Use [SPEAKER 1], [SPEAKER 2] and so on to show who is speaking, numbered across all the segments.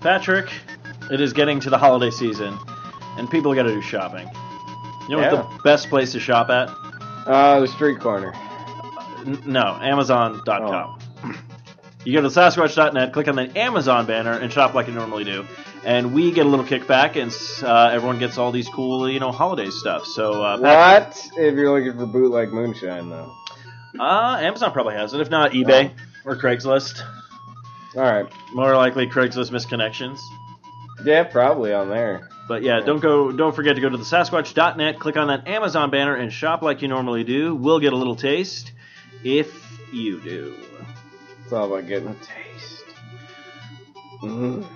[SPEAKER 1] Patrick, it is getting to the holiday season, and people got to do shopping. You know what
[SPEAKER 2] Yeah.
[SPEAKER 1] the best place to shop at?
[SPEAKER 2] Uh, the street corner.
[SPEAKER 1] N- no, Amazon.com. You go to Sasquatch.net, click on the Amazon banner, and shop like you normally do. And we get a little kickback, and uh, everyone gets all these cool, you know, holiday stuff. So, uh, Patrick,
[SPEAKER 2] What? If you're looking for bootleg moonshine, though.
[SPEAKER 1] uh, Amazon probably has it, if not eBay or Craigslist.
[SPEAKER 2] All right.
[SPEAKER 1] More likely Craigslist misconnections.
[SPEAKER 2] Yeah, probably on there.
[SPEAKER 1] But yeah, don't go. Don't forget to go to the Sasquatch.net, click on that Amazon banner, and shop like you normally do. We'll get a little taste if you do.
[SPEAKER 2] It's all about getting a taste. Mm.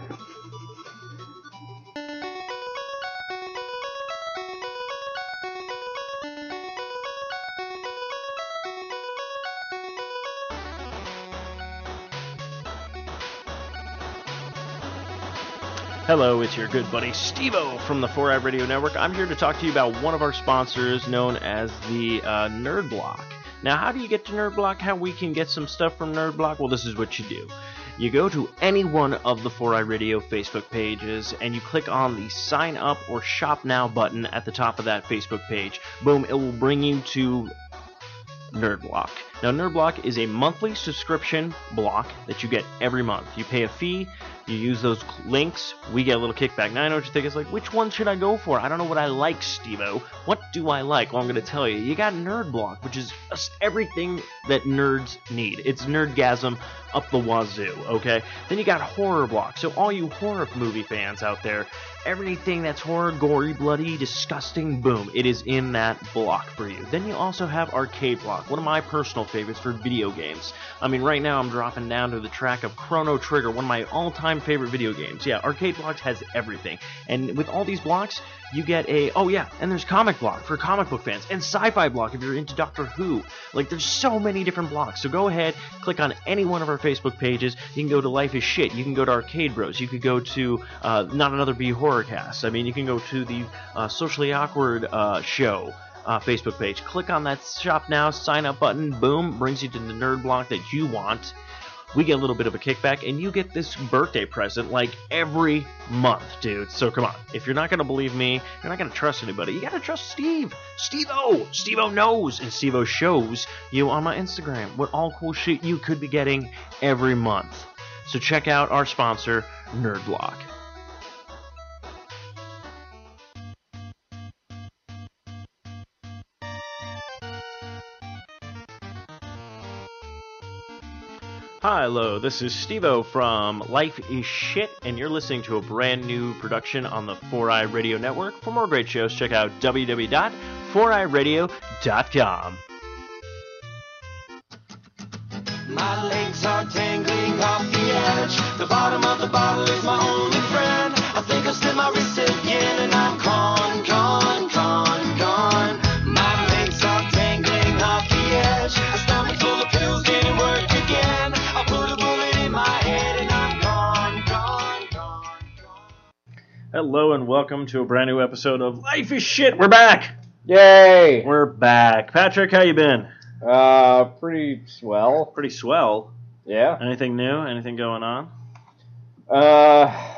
[SPEAKER 1] Hello, it's your good buddy Stevo from the 4i Radio Network. I'm here to talk to you about one of our sponsors known as the uh, Nerd Block. Now, how do you get to Nerd Block? How we can get some stuff from Nerd Block? Well, this is what you do. You go to any one of the 4i Radio Facebook pages and you click on the sign up or shop now button at the top of that Facebook page. Boom, it will bring you to NerdBlock. Now, NerdBlock is a monthly subscription block that you get every month. You pay a fee, you use those cl- links, we get a little kickback. Now, I know what you think. It's like, which one should I go for? I don't know what I like, Stevo. What do I like? Well, I'm going to tell you. You got NerdBlock, which is just everything that nerds need. It's nerdgasm up the wazoo, okay? Then you got Horror Block. So, all you horror movie fans out there, everything that's horror, gory, bloody, disgusting, boom, it is in that block for you. Then you also have Arcade Block, one of my personal favorites for video games. I mean, right now I'm dropping down to the track of Chrono Trigger, one of my all time favorite video games. Yeah, Arcade Blocks has everything. And with all these blocks, you get a, oh yeah, and there's Comic Block for comic book fans, and Sci Fi Block if you're into Doctor Who. Like, there's so many different blocks. So go ahead, click on any one of our Facebook pages. You can go to Life is Shit. You can go to Arcade Bros. You could go to uh, Not Another B Horrorcast. I mean, you can go to the uh, Socially Awkward uh, show. Uh, Facebook page. Click on that shop now, sign up button, boom, brings you to the nerd block that you want. We get a little bit of a kickback, and you get this birthday present like every month, dude. So come on. If you're not going to believe me, you're not going to trust anybody. You got to trust Steve. Steve O. Steve O knows, and Steve O shows you on my Instagram what all cool shit you could be getting every month. So check out our sponsor, Nerdblock. Hi, hello, this is Stevo from Life is Shit, and you're listening to a brand new production on the 4i Radio Network. For more great shows, check out www.4iradio.com.
[SPEAKER 3] My legs are dangling off the edge. The bottom of the bottle is my only friend. I think I slipped my wrist again and I'm gone, gone, gone, gone. My legs are dangling off the edge. A stomach full of pills didn't work again. I put a bullet in my head and I'm gone, gone, gone, gone.
[SPEAKER 1] Hello, and welcome to a brand new episode of Life is Shit. We're back!
[SPEAKER 2] Yay!
[SPEAKER 1] We're back. Patrick, how you been?
[SPEAKER 2] Uh, pretty swell.
[SPEAKER 1] Pretty swell.
[SPEAKER 2] Yeah.
[SPEAKER 1] Anything new? Anything going on?
[SPEAKER 2] Uh,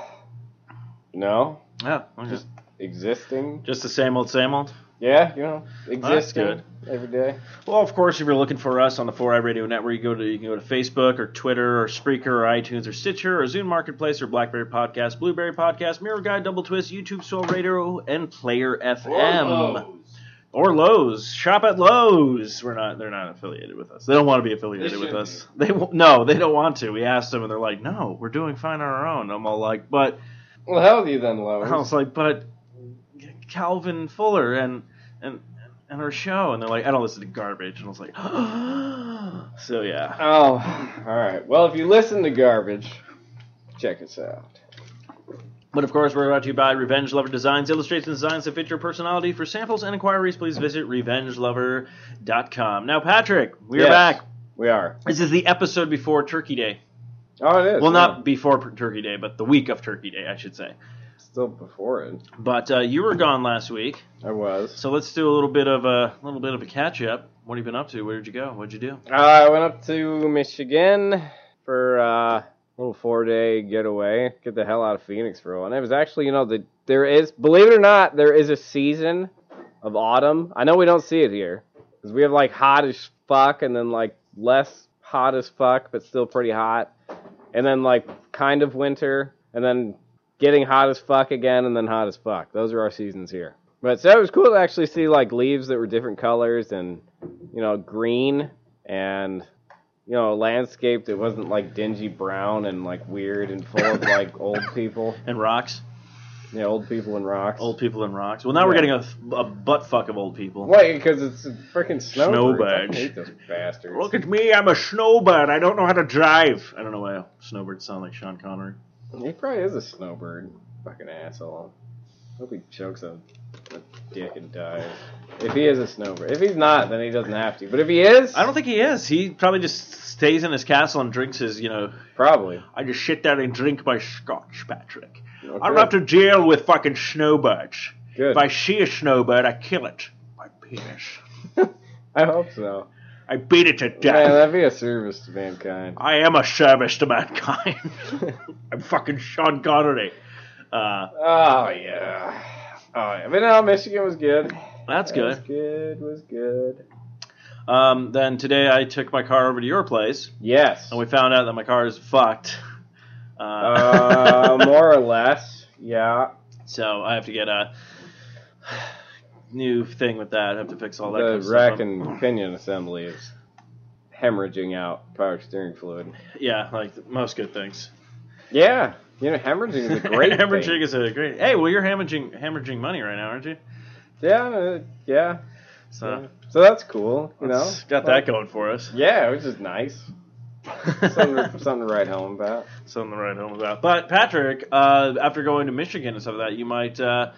[SPEAKER 2] no.
[SPEAKER 1] Yeah, okay. just,
[SPEAKER 2] Just- Existing.
[SPEAKER 1] just the same old, same old.
[SPEAKER 2] Yeah, you know,
[SPEAKER 1] that's
[SPEAKER 2] existing
[SPEAKER 1] good.
[SPEAKER 2] every day.
[SPEAKER 1] Well, of course, if you're looking for us on the 4i Radio Network, you go to you can go to Facebook or Twitter or Spreaker or iTunes or Stitcher or Zune Marketplace or BlackBerry Podcast, Blueberry Podcast, Mirror Guide, Double Twist, YouTube Soul Radio, and Player FM or Lowe's. Shop at Lowe's. We're not. They're not affiliated with us. They don't want to be affiliated
[SPEAKER 2] They
[SPEAKER 1] with
[SPEAKER 2] should
[SPEAKER 1] us. They won't- no. They don't want to. We asked them, and they're like, no, we're doing fine on our own. I'm all like, but
[SPEAKER 2] Well, hell you then,
[SPEAKER 1] I was
[SPEAKER 2] Lois.
[SPEAKER 1] like, but Calvin Fuller and and and her show, and they're like, I don't listen to garbage, and I was like, so yeah,
[SPEAKER 2] Oh, all right. Well, if you listen to garbage, check us out.
[SPEAKER 1] but of course we're brought to you by Revenge Lover Designs, illustrates and designs that fit your personality. For samples and inquiries, please visit revengelover.com. Now, Patrick, we are
[SPEAKER 2] Yes.
[SPEAKER 1] back.
[SPEAKER 2] We are.
[SPEAKER 1] This is the episode before Turkey Day.
[SPEAKER 2] Oh, it is.
[SPEAKER 1] Well,
[SPEAKER 2] yeah.
[SPEAKER 1] not before Turkey Day, but the week of Turkey Day, I should say.
[SPEAKER 2] still before it.
[SPEAKER 1] But uh, you were gone last week,
[SPEAKER 2] I was.
[SPEAKER 1] so let's do a little bit of a little bit of a catch up. What have you been up to? Where did you go? What'd you do?
[SPEAKER 2] Uh, I went up to Michigan for uh, little four day getaway. Get the hell out of Phoenix for a while. And it was actually, you know, the, there is, believe it or not, there is a season of autumn. I know we don't see it here because we have like hot as fuck and then like less hot as fuck, but still pretty hot. And then like kind of winter and then getting hot as fuck again and then hot as fuck. Those are our seasons here. But so it was cool to actually see like leaves that were different colors and, you know, green and you know, a landscape that wasn't like dingy brown and like weird and full of like old people.
[SPEAKER 1] And rocks.
[SPEAKER 2] Yeah, old people and rocks.
[SPEAKER 1] Old people and rocks. Well, now we're
[SPEAKER 2] Yeah.
[SPEAKER 1] getting a, a butt fuck of old people.
[SPEAKER 2] Wait, because it's a freaking snow.
[SPEAKER 1] Snow
[SPEAKER 2] birds.
[SPEAKER 1] birds.
[SPEAKER 2] I hate those bastards.
[SPEAKER 1] Look at me, I'm a snowbird. I don't know how to drive. I don't know why snowbirds sound like Sean Connery.
[SPEAKER 2] He probably is a snowbird. Fucking asshole. Hope he chokes a, a dick and dies. If he is a snowbird. If he's not, then he doesn't have to. But if he is,
[SPEAKER 1] I don't think he is. He probably just stays in his castle and drinks his, you know,
[SPEAKER 2] probably.
[SPEAKER 1] I just sit there and drink my scotch, Patrick.
[SPEAKER 2] Okay.
[SPEAKER 1] I don't have to deal with fucking snowbirds.
[SPEAKER 2] Good.
[SPEAKER 1] If I see a snowbird, I kill it. My penis.
[SPEAKER 2] I hope so.
[SPEAKER 1] I beat it to
[SPEAKER 2] Man,
[SPEAKER 1] death.
[SPEAKER 2] that'd be a service to mankind.
[SPEAKER 1] I am a service to mankind. I'm fucking Sean Connery. Uh,
[SPEAKER 2] Oh yeah. Oh, yeah. but no, Michigan was good.
[SPEAKER 1] that's
[SPEAKER 2] Was
[SPEAKER 1] good.
[SPEAKER 2] good. Was good.
[SPEAKER 1] Um, then today I took my car over to your place,
[SPEAKER 2] Yes.
[SPEAKER 1] and we found out that my car is fucked. Uh,
[SPEAKER 2] uh, more or less. Yeah.
[SPEAKER 1] so I have to get a new thing with that. I have to fix all that. kind of
[SPEAKER 2] The
[SPEAKER 1] stuff
[SPEAKER 2] rack
[SPEAKER 1] up.
[SPEAKER 2] and pinion assembly is hemorrhaging out power steering fluid.
[SPEAKER 1] yeah, like most good things.
[SPEAKER 2] Yeah. You know, hemorrhaging is a great
[SPEAKER 1] hemorrhaging
[SPEAKER 2] thing.
[SPEAKER 1] is a great. Hey, well, you're hemorrhaging hemorrhaging money right now, aren't you?
[SPEAKER 2] Yeah. uh, Yeah.
[SPEAKER 1] So
[SPEAKER 2] yeah. So that's cool. You know.
[SPEAKER 1] let's- got that going for us.
[SPEAKER 2] Yeah, which is nice. Something, to-
[SPEAKER 1] Something
[SPEAKER 2] something to write home about.
[SPEAKER 1] to write home about. But Patrick, uh, after going to Michigan and stuff like that, you might uh,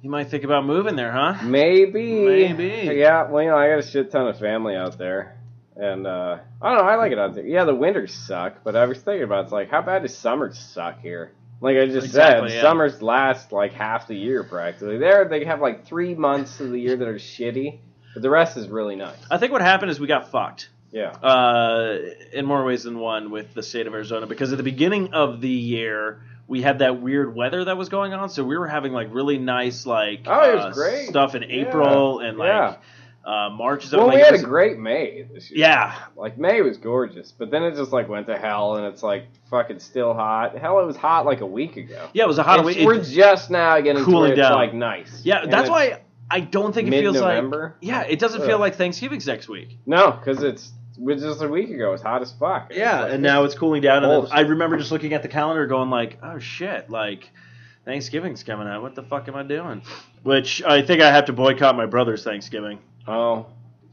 [SPEAKER 1] you might think about moving there, huh?
[SPEAKER 2] Maybe.
[SPEAKER 1] Maybe.
[SPEAKER 2] Yeah, well, you know, I got a shit ton of family out there. And, uh, I don't know, I like it out there. Yeah, the winters suck, but I was thinking about it, it's like, how bad does summers suck here? Like I just
[SPEAKER 1] Exactly,
[SPEAKER 2] said,
[SPEAKER 1] yeah.
[SPEAKER 2] summers last like half the year practically. There, they have like three months of the year that are shitty, but the rest is really nice.
[SPEAKER 1] I think what happened is we got fucked.
[SPEAKER 2] Yeah.
[SPEAKER 1] uh, in more ways than one with the state of Arizona because at the beginning of the year we had that weird weather that was going on, so we were having like really nice like
[SPEAKER 2] Oh, it was
[SPEAKER 1] uh,
[SPEAKER 2] great.
[SPEAKER 1] stuff in
[SPEAKER 2] Yeah.
[SPEAKER 1] April and like
[SPEAKER 2] Yeah.
[SPEAKER 1] uh, March. So,
[SPEAKER 2] Well,
[SPEAKER 1] like,
[SPEAKER 2] we
[SPEAKER 1] it
[SPEAKER 2] had a
[SPEAKER 1] was-
[SPEAKER 2] great May this year.
[SPEAKER 1] yeah,
[SPEAKER 2] Like May was gorgeous, but then it just like went to hell, and it's like fucking still hot. Hell, it was hot like a week ago.
[SPEAKER 1] yeah, it was a hot.
[SPEAKER 2] It's-
[SPEAKER 1] it-
[SPEAKER 2] we're just now getting
[SPEAKER 1] cooling
[SPEAKER 2] to where
[SPEAKER 1] down.
[SPEAKER 2] It's like nice.
[SPEAKER 1] yeah,
[SPEAKER 2] And
[SPEAKER 1] that's
[SPEAKER 2] it's-
[SPEAKER 1] why I don't think it feels like.
[SPEAKER 2] Mid-November?
[SPEAKER 1] Yeah, it doesn't
[SPEAKER 2] Yeah.
[SPEAKER 1] feel like Thanksgiving's next week.
[SPEAKER 2] No, because it's it was just a week ago. It was hot as fuck. It was
[SPEAKER 1] Yeah,
[SPEAKER 2] like-
[SPEAKER 1] and now it's cooling down. And then
[SPEAKER 2] Bullshit.
[SPEAKER 1] I remember just looking at the calendar, going like, "Oh shit!" Like Thanksgiving's coming up. What the fuck am I doing? Which I think I have to boycott my brother's Thanksgiving.
[SPEAKER 2] oh,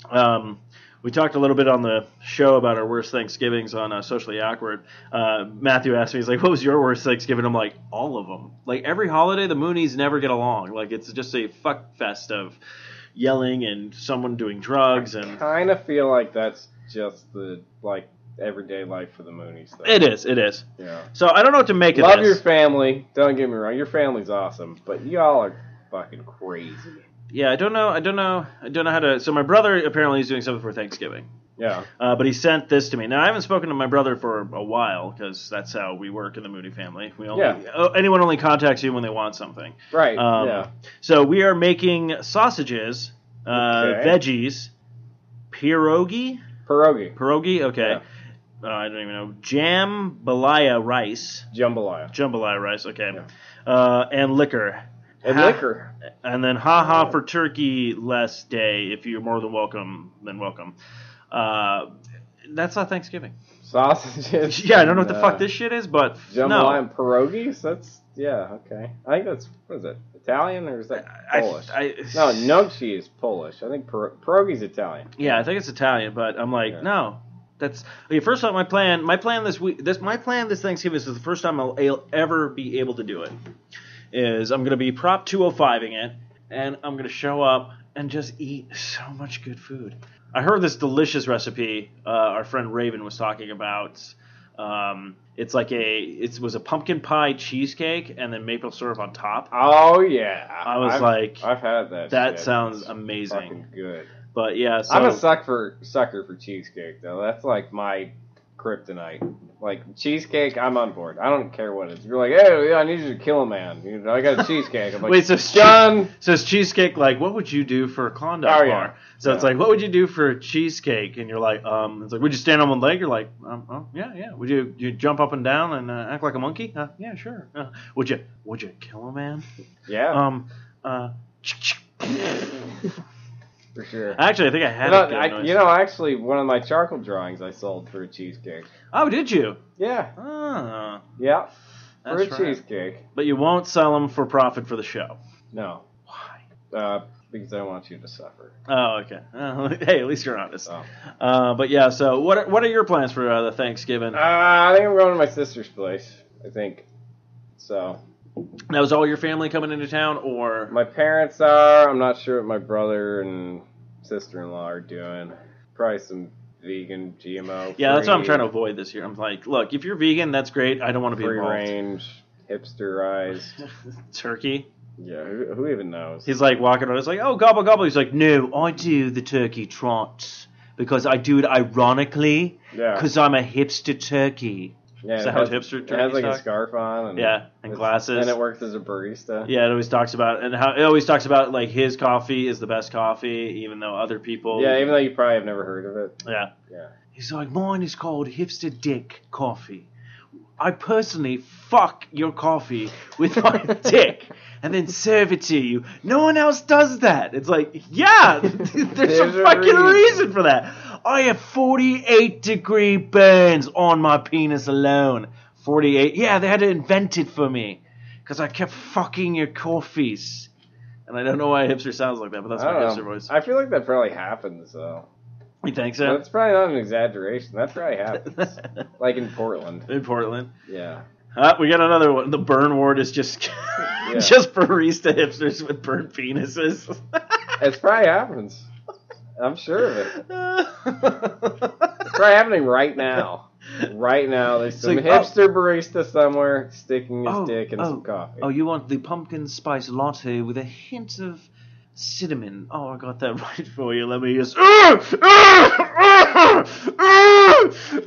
[SPEAKER 1] Um, we talked a little bit on the show about our worst Thanksgivings on uh, Socially Awkward. Uh, Matthew asked me, he's like, what was your worst Thanksgiving? I'm like, all of them. Like, every holiday, the Moonies never get along. Like, it's just a fuck fest of yelling and someone doing drugs. And
[SPEAKER 2] kind of feel like that's just the like everyday life for the Moonies. Though.
[SPEAKER 1] it is, it is.
[SPEAKER 2] Yeah.
[SPEAKER 1] So I don't know what to make of
[SPEAKER 2] Love
[SPEAKER 1] this.
[SPEAKER 2] your family. Don't get me wrong. Your family's awesome, but y'all are fucking crazy.
[SPEAKER 1] yeah, I don't know. I don't know. I don't know how to. So my brother apparently is doing something for Thanksgiving.
[SPEAKER 2] Yeah.
[SPEAKER 1] Uh, but he sent this to me. Now I haven't spoken to my brother for a while because that's how we work in the Moody family. We only
[SPEAKER 2] Yeah.
[SPEAKER 1] oh, anyone only contacts you when they want something.
[SPEAKER 2] Right.
[SPEAKER 1] Um,
[SPEAKER 2] yeah.
[SPEAKER 1] So we are making sausages, uh,
[SPEAKER 2] Okay.
[SPEAKER 1] veggies, pierogi,
[SPEAKER 2] Pierogi,
[SPEAKER 1] pierogi. Okay, uh, I don't even know jambalaya rice,
[SPEAKER 2] jambalaya,
[SPEAKER 1] jambalaya rice. Okay, uh, and liquor.
[SPEAKER 2] and
[SPEAKER 1] Ha-
[SPEAKER 2] liquor.
[SPEAKER 1] And then haha for turkey less day. If you're more than welcome, then welcome. Uh, that's not Thanksgiving.
[SPEAKER 2] Sausages.
[SPEAKER 1] Yeah, I don't know what the
[SPEAKER 2] and,
[SPEAKER 1] fuck
[SPEAKER 2] uh,
[SPEAKER 1] this shit is, but
[SPEAKER 2] Jambalaya
[SPEAKER 1] no.
[SPEAKER 2] and pierogies? That's yeah, okay. I think that's what is it? Italian or is that
[SPEAKER 1] I,
[SPEAKER 2] Polish?
[SPEAKER 1] I,
[SPEAKER 2] No, gnocchi is Polish. I think pier- pierogi's Italian.
[SPEAKER 1] Yeah, I think it's Italian, but I'm like,
[SPEAKER 2] Yeah.
[SPEAKER 1] no. That's okay. First off, my plan, my plan this week, this my plan this Thanksgiving is the first time I'll a- ever be able to do it. Is I'm gonna be prop 205ing it, and I'm gonna show up and just eat so much good food. I heard this delicious recipe uh, our friend Raven was talking about. Um, it's like a it was a pumpkin pie cheesecake and then maple syrup on top.
[SPEAKER 2] Oh yeah.
[SPEAKER 1] I was
[SPEAKER 2] I've-
[SPEAKER 1] like,
[SPEAKER 2] I've had that.
[SPEAKER 1] that
[SPEAKER 2] shit.
[SPEAKER 1] sounds
[SPEAKER 2] It's
[SPEAKER 1] amazing.
[SPEAKER 2] Fucking good.
[SPEAKER 1] But yeah, so
[SPEAKER 2] I'm a suck for sucker for cheesecake though. That's like my kryptonite. Like cheesecake, I'm on board. I don't care what it is. You're like, hey, I need you to kill a man. You know, I got a cheesecake. I'm like,
[SPEAKER 1] Wait, so
[SPEAKER 2] John.
[SPEAKER 1] So it's cheesecake. Like, what would you do for a Klondike
[SPEAKER 2] Oh,
[SPEAKER 1] bar?
[SPEAKER 2] yeah.
[SPEAKER 1] So it's
[SPEAKER 2] Yeah.
[SPEAKER 1] like, what would you do for a cheesecake? And you're like, um, it's like, would you stand on one leg? You're like, um, oh, yeah, yeah. Would you you jump up and down and uh, act like a monkey? Uh, yeah, sure. Uh, would you would you kill a man?
[SPEAKER 2] Yeah,
[SPEAKER 1] Um, uh,
[SPEAKER 2] for sure.
[SPEAKER 1] actually, I think I had
[SPEAKER 2] You know,
[SPEAKER 1] it.
[SPEAKER 2] I, you know, actually, one of my charcoal drawings I sold for a cheesecake.
[SPEAKER 1] oh, did you?
[SPEAKER 2] Yeah,
[SPEAKER 1] Ah,
[SPEAKER 2] yeah, for
[SPEAKER 1] that's
[SPEAKER 2] a
[SPEAKER 1] right.
[SPEAKER 2] cheesecake.
[SPEAKER 1] But you won't sell them for profit for the show.
[SPEAKER 2] No,
[SPEAKER 1] Why?
[SPEAKER 2] uh, because I want you to suffer.
[SPEAKER 1] Oh, okay. Uh, hey, at least you're honest.
[SPEAKER 2] So.
[SPEAKER 1] Uh, but yeah. So what are, what are your plans for uh, the Thanksgiving?
[SPEAKER 2] Uh, I think I'm going to my sister's place. I think. So
[SPEAKER 1] Now, is all your family coming into town, or
[SPEAKER 2] my parents are. I'm not sure what my brother and sister-in-law are doing. Probably some vegan GMO.
[SPEAKER 1] yeah, that's what I'm trying to avoid this year. I'm like, look, if you're vegan, that's great. I don't want to be
[SPEAKER 2] Free
[SPEAKER 1] involved.
[SPEAKER 2] range, hipsterized.
[SPEAKER 1] turkey.
[SPEAKER 2] Yeah, who, who even knows?
[SPEAKER 1] He's like walking around. It's like, oh, gobble gobble. He's like, no, I do the turkey trots because I do it ironically
[SPEAKER 2] Yeah,
[SPEAKER 1] because I'm a hipster turkey.
[SPEAKER 2] yeah.
[SPEAKER 1] Is
[SPEAKER 2] it
[SPEAKER 1] that how
[SPEAKER 2] has-
[SPEAKER 1] hipster
[SPEAKER 2] It has
[SPEAKER 1] turkeys
[SPEAKER 2] like
[SPEAKER 1] talk?
[SPEAKER 2] a scarf on. And
[SPEAKER 1] Yeah, and
[SPEAKER 2] it's-
[SPEAKER 1] glasses.
[SPEAKER 2] And it works as a barista.
[SPEAKER 1] Yeah, it always talks about and how it always talks about like his coffee is the best coffee, even though other people.
[SPEAKER 2] Yeah, even though you probably have never heard of it.
[SPEAKER 1] yeah.
[SPEAKER 2] Yeah.
[SPEAKER 1] He's like, mine is called Hipster Dick Coffee. I personally fuck your coffee with my dick and then serve it to you. No one else does that. It's like, yeah, there's,
[SPEAKER 2] There's
[SPEAKER 1] a
[SPEAKER 2] a
[SPEAKER 1] fucking reason.
[SPEAKER 2] reason.
[SPEAKER 1] for that. I have 48 degree burns on my penis alone. 48. Yeah, they had to invent it for me because I kept fucking your coffees. And I don't know why hipster sounds like that, but that's
[SPEAKER 2] I
[SPEAKER 1] my
[SPEAKER 2] don't
[SPEAKER 1] hipster
[SPEAKER 2] know.
[SPEAKER 1] voice.
[SPEAKER 2] I feel like that probably happens though.
[SPEAKER 1] You think so?
[SPEAKER 2] That's probably not an exaggeration. That probably happens. like in Portland.
[SPEAKER 1] In Portland.
[SPEAKER 2] Yeah.
[SPEAKER 1] Uh, we got another one. The burn ward is just just barista hipsters with burnt penises.
[SPEAKER 2] It probably happens. I'm sure of it. It's probably happening right now. Right now, there's
[SPEAKER 1] It's
[SPEAKER 2] some
[SPEAKER 1] like, oh.
[SPEAKER 2] hipster barista somewhere sticking his
[SPEAKER 1] Oh,
[SPEAKER 2] dick in
[SPEAKER 1] oh,
[SPEAKER 2] some coffee.
[SPEAKER 1] oh, you want the pumpkin spice latte with a hint of cinnamon? Oh, I got that right for you. Let me just.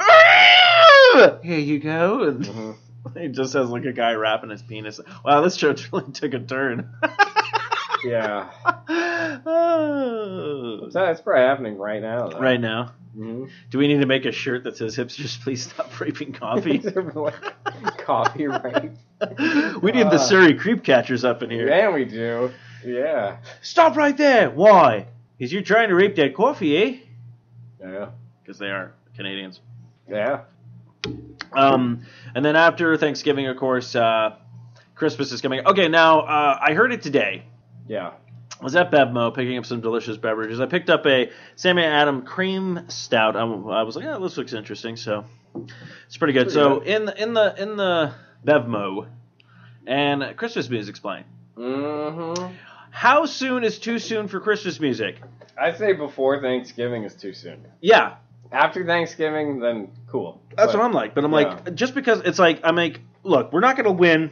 [SPEAKER 1] Here you go. And
[SPEAKER 2] Mhm.
[SPEAKER 1] he just has like a guy wrapping his penis. Wow, this show really took a turn.
[SPEAKER 2] Yeah.
[SPEAKER 1] Oh.
[SPEAKER 2] So it's probably happening right now. Though.
[SPEAKER 1] Right now.
[SPEAKER 2] Mhm.
[SPEAKER 1] Do we need to make a shirt that says "Hipsters, please stop raping coffee"?
[SPEAKER 2] Like, coffee right.
[SPEAKER 1] we need the
[SPEAKER 2] Ah.
[SPEAKER 1] Surrey creep catchers up in here.
[SPEAKER 2] Yeah, we do. Yeah.
[SPEAKER 1] Stop right there! Why? Because you're trying to rape that coffee, eh?
[SPEAKER 2] Yeah.
[SPEAKER 1] Because they are Canadians.
[SPEAKER 2] Yeah.
[SPEAKER 1] Um, and then after Thanksgiving, of course, uh, Christmas is coming. Okay, now uh, I heard it today.
[SPEAKER 2] Yeah.
[SPEAKER 1] I was at Bevmo picking up some delicious beverages. I picked up a Sammy Adam cream stout. I, I was like, "Yeah, this looks interesting." So it's pretty good.
[SPEAKER 2] Pretty
[SPEAKER 1] so
[SPEAKER 2] good.
[SPEAKER 1] in in the in the Bevmo, and Christmas music's playing.
[SPEAKER 2] Mm-hmm.
[SPEAKER 1] How soon is too soon for Christmas music?
[SPEAKER 2] I say before Thanksgiving is too soon.
[SPEAKER 1] Yeah,
[SPEAKER 2] After Thanksgiving, then cool.
[SPEAKER 1] that's
[SPEAKER 2] But-
[SPEAKER 1] what I'm like. But I'm
[SPEAKER 2] Yeah.
[SPEAKER 1] like, just because it's like, I'm like, look, we're not gonna win.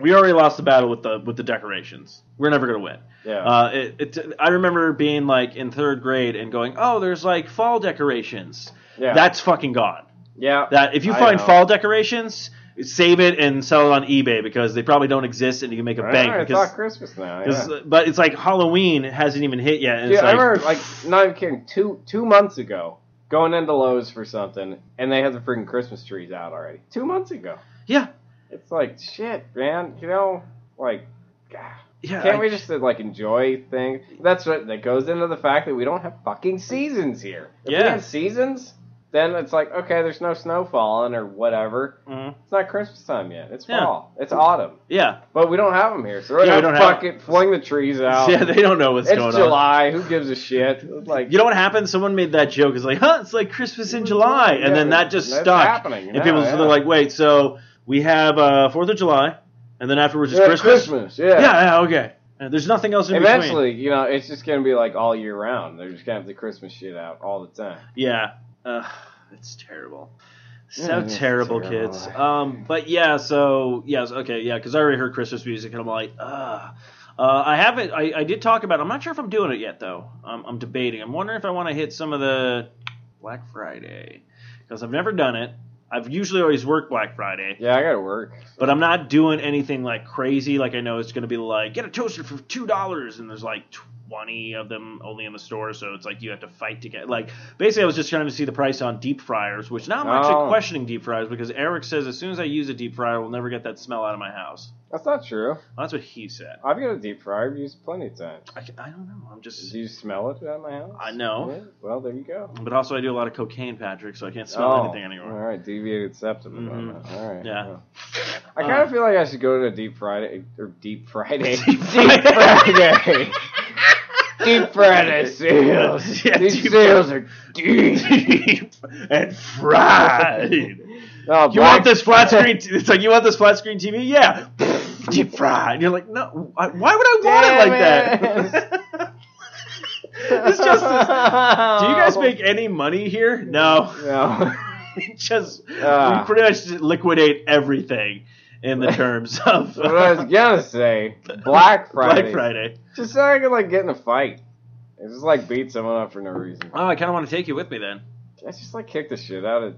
[SPEAKER 1] We already lost the battle with the with the decorations. We're never gonna win.
[SPEAKER 2] Yeah.
[SPEAKER 1] Uh, it, it, I remember being like in third grade and going, oh, there's like fall decorations.
[SPEAKER 2] yeah.
[SPEAKER 1] That's fucking gone.
[SPEAKER 2] yeah.
[SPEAKER 1] That if you
[SPEAKER 2] I
[SPEAKER 1] find
[SPEAKER 2] know.
[SPEAKER 1] fall decorations, save it and sell it on eBay because they probably don't exist and you can make a
[SPEAKER 2] All
[SPEAKER 1] bank.
[SPEAKER 2] right, it's
[SPEAKER 1] because,
[SPEAKER 2] not Christmas now. Yeah.
[SPEAKER 1] 'cause- But it's like Halloween hasn't even hit yet. And
[SPEAKER 2] Dude,
[SPEAKER 1] it's
[SPEAKER 2] I
[SPEAKER 1] like,
[SPEAKER 2] remember, like, not even kidding, two two months ago, going into Lowe's for something, and they had the freaking Christmas trees out already. Two months ago.
[SPEAKER 1] yeah,
[SPEAKER 2] It's like shit, man. You know, like, God.
[SPEAKER 1] yeah.
[SPEAKER 2] can't
[SPEAKER 1] I-
[SPEAKER 2] we just uh, like enjoy things? That's what that goes into the fact that we don't have fucking seasons here. If we
[SPEAKER 1] Yeah.
[SPEAKER 2] had seasons, then it's like okay, there's no snow falling or whatever.
[SPEAKER 1] Mhm.
[SPEAKER 2] It's not Christmas time yet. It's
[SPEAKER 1] Yeah.
[SPEAKER 2] fall. It's autumn.
[SPEAKER 1] Yeah.
[SPEAKER 2] But we don't have them here, so we're
[SPEAKER 1] Yeah, we
[SPEAKER 2] gonna
[SPEAKER 1] don't have-
[SPEAKER 2] fucking fling the trees out.
[SPEAKER 1] Yeah, they don't know what's
[SPEAKER 2] it's
[SPEAKER 1] going on.
[SPEAKER 2] July. Who gives a shit? It's like
[SPEAKER 1] You know what happened? Someone made that joke. It's like, huh, it's like Christmas in July. And then that just
[SPEAKER 2] that's
[SPEAKER 1] stuck.
[SPEAKER 2] Happening.
[SPEAKER 1] And people
[SPEAKER 2] yeah.
[SPEAKER 1] are like, wait, so we have uh, 4th of July, and then afterwards it's
[SPEAKER 2] yeah,
[SPEAKER 1] Christmas?
[SPEAKER 2] yeah.
[SPEAKER 1] Yeah, yeah, okay. And there's nothing else in between.
[SPEAKER 2] Eventually, you know, it's just gonna be like all year round. They're just gonna have the Christmas shit out all the time.
[SPEAKER 1] Yeah. Uh, it's terrible. So
[SPEAKER 2] Yeah, it's
[SPEAKER 1] terrible,
[SPEAKER 2] terrible.
[SPEAKER 1] kids. Um, but yeah, so, yes, okay, yeah, because I already heard Christmas music, and I'm like, ugh. Uh, I haven't. I, I did talk about. I'm not sure if I'm doing it yet, though. I'm, I'm debating. I'm wondering if I want to hit some of the Black Friday because I've never done it. I've usually always worked Black Friday,
[SPEAKER 2] Yeah, I gotta work.
[SPEAKER 1] but I'm not doing anything like crazy. Like I know it's going to be like get a toaster for two dollars, and there's like twenty of them only in the store, so it's like you have to fight to get. Like basically, I was just trying to see the price on deep fryers, which now I'm
[SPEAKER 2] Oh.
[SPEAKER 1] actually questioning deep fryers because Eric says as soon as I use a deep fryer, we'll never get that smell out of my house.
[SPEAKER 2] That's not true.
[SPEAKER 1] Well, that's what he said.
[SPEAKER 2] I've got a deep fryer. I've used plenty of times.
[SPEAKER 1] I, I don't know. I'm just.
[SPEAKER 2] Do you smell it at my house?
[SPEAKER 1] I know.
[SPEAKER 2] Yeah, well, there you go.
[SPEAKER 1] But also, I do a lot of cocaine, Patrick, so I can't smell
[SPEAKER 2] Oh,
[SPEAKER 1] anything anymore.
[SPEAKER 2] All right, deviated septum. development. All right.
[SPEAKER 1] Yeah. Uh.
[SPEAKER 2] I kind of feel like I should go to a deep Friday or deep Friday.
[SPEAKER 1] Deep
[SPEAKER 2] deep
[SPEAKER 1] Friday.
[SPEAKER 2] Friday. deep Friday seals.
[SPEAKER 1] Yeah,
[SPEAKER 2] These
[SPEAKER 1] deep-
[SPEAKER 2] seals are deep.
[SPEAKER 1] deep and fried. You
[SPEAKER 2] Oh,
[SPEAKER 1] want
[SPEAKER 2] black-
[SPEAKER 1] this flat screen? T- it's like you want this flat screen TV? Yeah, deep fried. You're like, no. I, why would I want it
[SPEAKER 2] Damn
[SPEAKER 1] like that? it's just. do you guys make any money here? No.
[SPEAKER 2] No.
[SPEAKER 1] We just
[SPEAKER 2] Ah.
[SPEAKER 1] we pretty much just liquidate everything in the terms of
[SPEAKER 2] what I was gonna say, Black Friday.
[SPEAKER 1] Black Friday.
[SPEAKER 2] Just so I could like get in a fight. And just like beat someone up for no reason.
[SPEAKER 1] Oh, I kind of want to take you with me then.
[SPEAKER 2] I just like kick the shit out of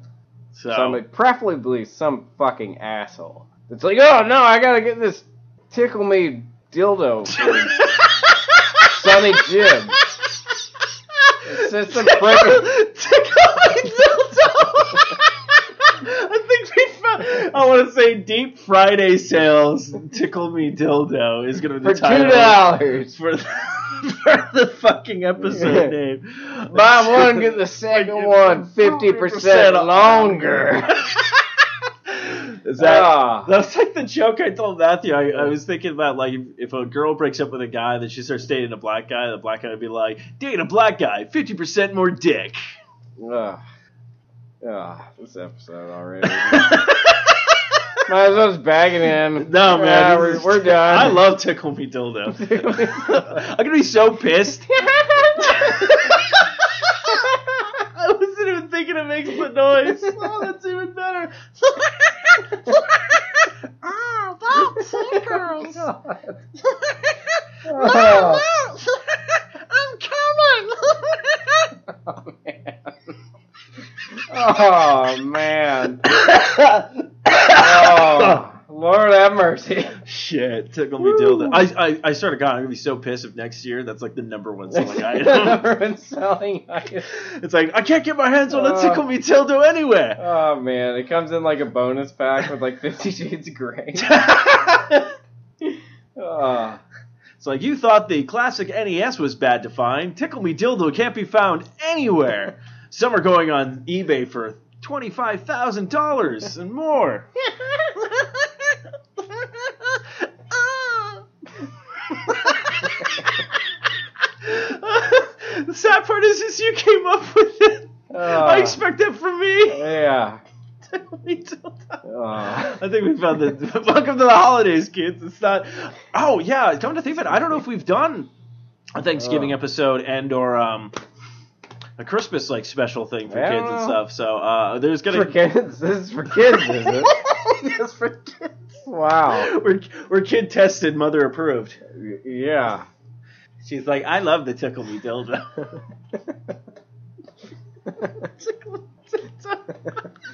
[SPEAKER 1] So
[SPEAKER 2] somebody, preferably some fucking asshole. It's like, oh no, I gotta get this tickle me dildo from Sonny Jim. It's just a prick.
[SPEAKER 1] Tickle my dildo. I think we found. I want to say Deep Friday sales. Tickle me dildo is gonna be the
[SPEAKER 2] For two
[SPEAKER 1] title
[SPEAKER 2] dollars.
[SPEAKER 1] for the, for the fucking episode name.
[SPEAKER 2] Buy one, get the second one 50% longer.
[SPEAKER 1] Is that?
[SPEAKER 2] Ah.
[SPEAKER 1] That's like the joke I told Matthew. I, I was thinking about like if, if a girl breaks up with a guy, then she starts dating a black guy. The black guy would be like, "Date a black guy, fifty percent more dick."
[SPEAKER 2] Ugh. Ugh, ah, this episode already. Might as well just bagging him.
[SPEAKER 1] No man,
[SPEAKER 2] Yeah,
[SPEAKER 1] this
[SPEAKER 2] Ah, we're,
[SPEAKER 1] is-
[SPEAKER 2] we're done.
[SPEAKER 1] I love tickle me dildo. I'm gonna be so pissed. I wasn't even thinking it makes the noise. Oh, that's even better.
[SPEAKER 4] Ah,
[SPEAKER 1] Oh,
[SPEAKER 2] Oh,
[SPEAKER 4] wow, tickles.
[SPEAKER 2] God.
[SPEAKER 4] Wow,
[SPEAKER 2] Oh,
[SPEAKER 4] wow. I'm coming.
[SPEAKER 2] man. Oh, man. Oh, Lord have mercy.
[SPEAKER 1] Shit, tickle me dildo. I, I I swear to God, I'm gonna be so pissed if next year that's like the number one selling item.
[SPEAKER 2] Everyone's selling ice.
[SPEAKER 1] It's like I can't get my hands on a
[SPEAKER 2] Uh.
[SPEAKER 1] tickle me dildo anywhere.
[SPEAKER 2] Oh, man. It comes in like a bonus pack with like 50 Shades of Grey. Oh.
[SPEAKER 1] It's like you thought the classic NES was bad to find. Tickle Me Dildo can't be found anywhere. Some are going on eBay for twenty-five thousand dollars and more.
[SPEAKER 4] Ah.
[SPEAKER 1] the sad part is, is you came up with it. I
[SPEAKER 2] Ah.
[SPEAKER 1] expect that from me.
[SPEAKER 2] Yeah.
[SPEAKER 1] Tickle Me Dildo.
[SPEAKER 2] Oh.
[SPEAKER 1] I think we found the welcome to the holidays, kids. It's not. Oh yeah, come to think of it, I don't know if we've done a Thanksgiving
[SPEAKER 2] Oh.
[SPEAKER 1] episode and or um a Christmas like special thing for
[SPEAKER 2] I don't
[SPEAKER 1] kids and
[SPEAKER 2] know.
[SPEAKER 1] stuff. So uh, there's gonna
[SPEAKER 2] For kids? This is for kids, is it?
[SPEAKER 1] Yes, for kids.
[SPEAKER 2] Wow.
[SPEAKER 1] We're we're kid tested, mother approved.
[SPEAKER 2] Y- Yeah.
[SPEAKER 1] She's like, I love the tickle me dildo.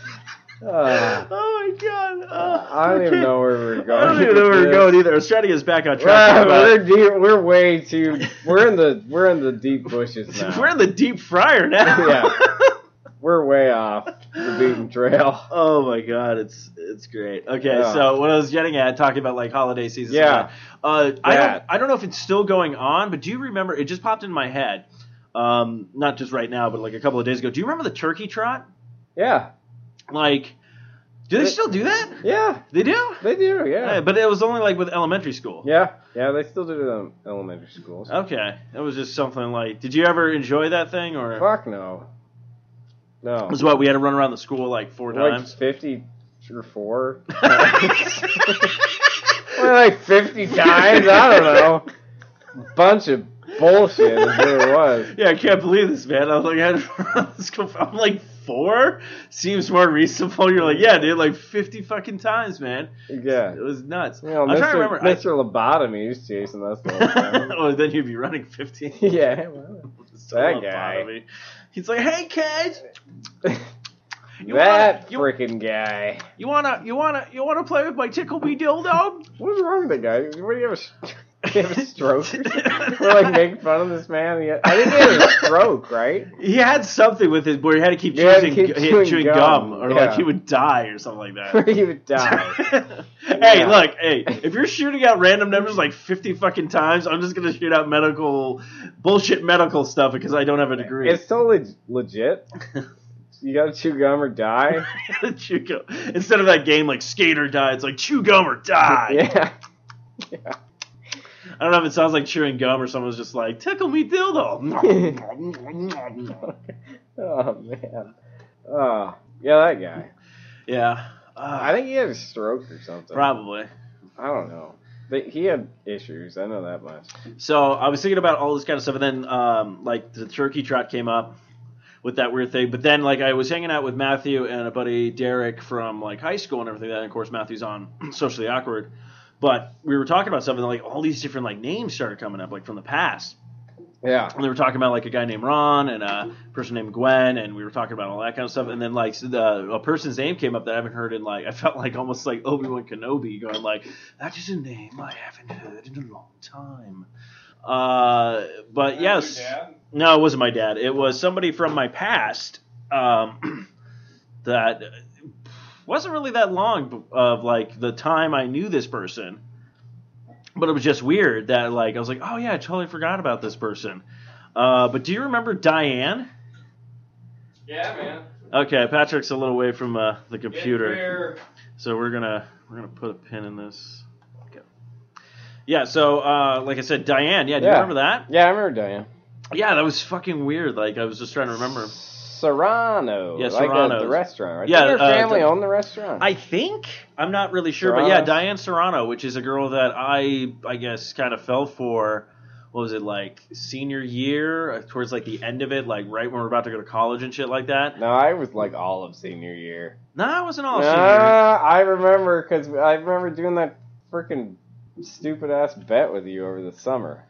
[SPEAKER 2] Uh,
[SPEAKER 1] oh my god! Uh,
[SPEAKER 2] I don't even know where we're going.
[SPEAKER 1] I don't even know where we're
[SPEAKER 2] with
[SPEAKER 1] going
[SPEAKER 2] this.
[SPEAKER 1] either. I was trying to get us back on track.
[SPEAKER 2] Wow, we're
[SPEAKER 1] but-
[SPEAKER 2] deep, we're way too. We're in the we're in the deep bushes now.
[SPEAKER 1] We're in the deep fryer now.
[SPEAKER 2] Yeah. We're way off the beaten trail.
[SPEAKER 1] Oh my god, it's it's great. Okay,
[SPEAKER 2] Yeah.
[SPEAKER 1] so what I was getting at, talking about like holiday season.
[SPEAKER 2] Yeah.
[SPEAKER 1] Uh, I don't
[SPEAKER 2] That.
[SPEAKER 1] I don't know if it's still going on, but do you remember? It just popped in my head, um, not just right now, but like a couple of days ago. Do you remember the turkey trot?
[SPEAKER 2] Yeah,
[SPEAKER 1] Like, do they still do that?
[SPEAKER 2] yeah,
[SPEAKER 1] They do.
[SPEAKER 2] they do.
[SPEAKER 1] Yeah,
[SPEAKER 2] Yeah,
[SPEAKER 1] but it was only like with elementary school.
[SPEAKER 2] yeah, yeah. They still do them in elementary schools.
[SPEAKER 1] Okay, that was just something like. Did you ever enjoy that thing, or
[SPEAKER 2] Fuck no, no.
[SPEAKER 1] it was what we had to run around the school like four
[SPEAKER 2] Like
[SPEAKER 1] times?
[SPEAKER 2] fifty or four. Well, like 50 times? I don't know. Bunch of bullshit is what it was.
[SPEAKER 1] Yeah, I can't believe this, man. I was like, I had to run this go- I'm like four seems more reasonable. You're like, yeah, dude, like fifty fucking times, man.
[SPEAKER 2] Yeah.
[SPEAKER 1] It was nuts.
[SPEAKER 2] You know,
[SPEAKER 1] I'm trying to
[SPEAKER 2] Mr.
[SPEAKER 1] remember. I-
[SPEAKER 2] Mr. Lobotomy is chasing us the whole time.
[SPEAKER 1] oh, then you'd be running fifteen.
[SPEAKER 2] yeah. well.
[SPEAKER 1] Still
[SPEAKER 2] That
[SPEAKER 1] on
[SPEAKER 2] guy.
[SPEAKER 1] bottom of me. He's like, hey, kids. You
[SPEAKER 2] that
[SPEAKER 1] wanna,
[SPEAKER 2] freaking guy.
[SPEAKER 1] you, you wanna you wanna you wanna play with my tickle me dildo?
[SPEAKER 2] What is wrong with that guy? What do you have? A, do you have a stroke? We're like making fun of this man. He- I think he had a stroke, right?
[SPEAKER 1] He had something with his where he had to keep
[SPEAKER 2] He had to
[SPEAKER 1] choosing
[SPEAKER 2] keep
[SPEAKER 1] he had to
[SPEAKER 2] chewing
[SPEAKER 1] chewing gum,
[SPEAKER 2] gum,
[SPEAKER 1] or
[SPEAKER 2] yeah.
[SPEAKER 1] like he would die or something like that.
[SPEAKER 2] he would die.
[SPEAKER 1] hey,
[SPEAKER 2] Yeah.
[SPEAKER 1] look, hey, if you're shooting out random numbers like 50 fucking times, I'm just gonna shoot out medical bullshit medical stuff because I don't have a degree.
[SPEAKER 2] It's totally legit. You gotta chew gum or die.
[SPEAKER 1] chew gum. Instead of that game like skate or die, it's like chew gum or die.
[SPEAKER 2] yeah.
[SPEAKER 1] I don't know if it sounds like chewing gum or someone's just like tickle me dildo.
[SPEAKER 2] Oh man. Oh yeah, that guy.
[SPEAKER 1] yeah, uh,
[SPEAKER 2] I think he had a stroke or something.
[SPEAKER 1] probably.
[SPEAKER 2] I don't know. But he had issues. I know that much.
[SPEAKER 1] So I was thinking about all this kind of stuff, and then um, like the turkey trot came up with that weird thing. But then like I was hanging out with Matthew and a buddy Derek from like high school and everything. like That and of course Matthew's on socially awkward. But we were talking about something like all these different like names started coming up like from the past.
[SPEAKER 2] Yeah.
[SPEAKER 1] And they were talking about like a guy named Ron and a person named Gwen, and we were talking about all that kind of stuff. And then like so the, a person's name came up that I haven't heard in like I felt like almost like Obi Wan Kenobi going like that is a name I haven't heard in a long time. Uh, but yes, no, it wasn't my dad. It was somebody from my past um, that wasn't really that long b- of like the time I knew this person. But it was just weird that like I was like, oh yeah, I totally forgot about this person. Uh, but do you remember Diane?
[SPEAKER 3] Yeah, man.
[SPEAKER 1] Okay, Patrick's a little away from uh, the computer, so we're gonna we're gonna put a pin in this. Okay. Yeah, so uh, like I said, Diane. Yeah, do
[SPEAKER 2] Yeah.
[SPEAKER 1] you remember that?
[SPEAKER 2] Yeah, I remember Diane.
[SPEAKER 1] Yeah, that was fucking weird. Like I was just trying to remember.
[SPEAKER 2] Serrano.
[SPEAKER 1] Yeah,
[SPEAKER 2] like uh,
[SPEAKER 1] Serrano's.
[SPEAKER 2] the restaurant, right?
[SPEAKER 1] Yeah,
[SPEAKER 2] Didn't
[SPEAKER 1] uh,
[SPEAKER 2] her family
[SPEAKER 1] the-
[SPEAKER 2] owned the restaurant.
[SPEAKER 1] I think I'm not really sure, but yeah,
[SPEAKER 2] Serrano?
[SPEAKER 1] Diane Serrano, which is a girl that I I guess kind of fell for. What was it like senior year uh, towards like the end of it, like right when we're about to go to college and shit like that?
[SPEAKER 2] no, I was like all of senior year.
[SPEAKER 1] Nah, it wasn't all
[SPEAKER 2] Nah,
[SPEAKER 1] Oh, senior. year.
[SPEAKER 2] I remember because I remember doing that freaking stupid ass bet with you over the summer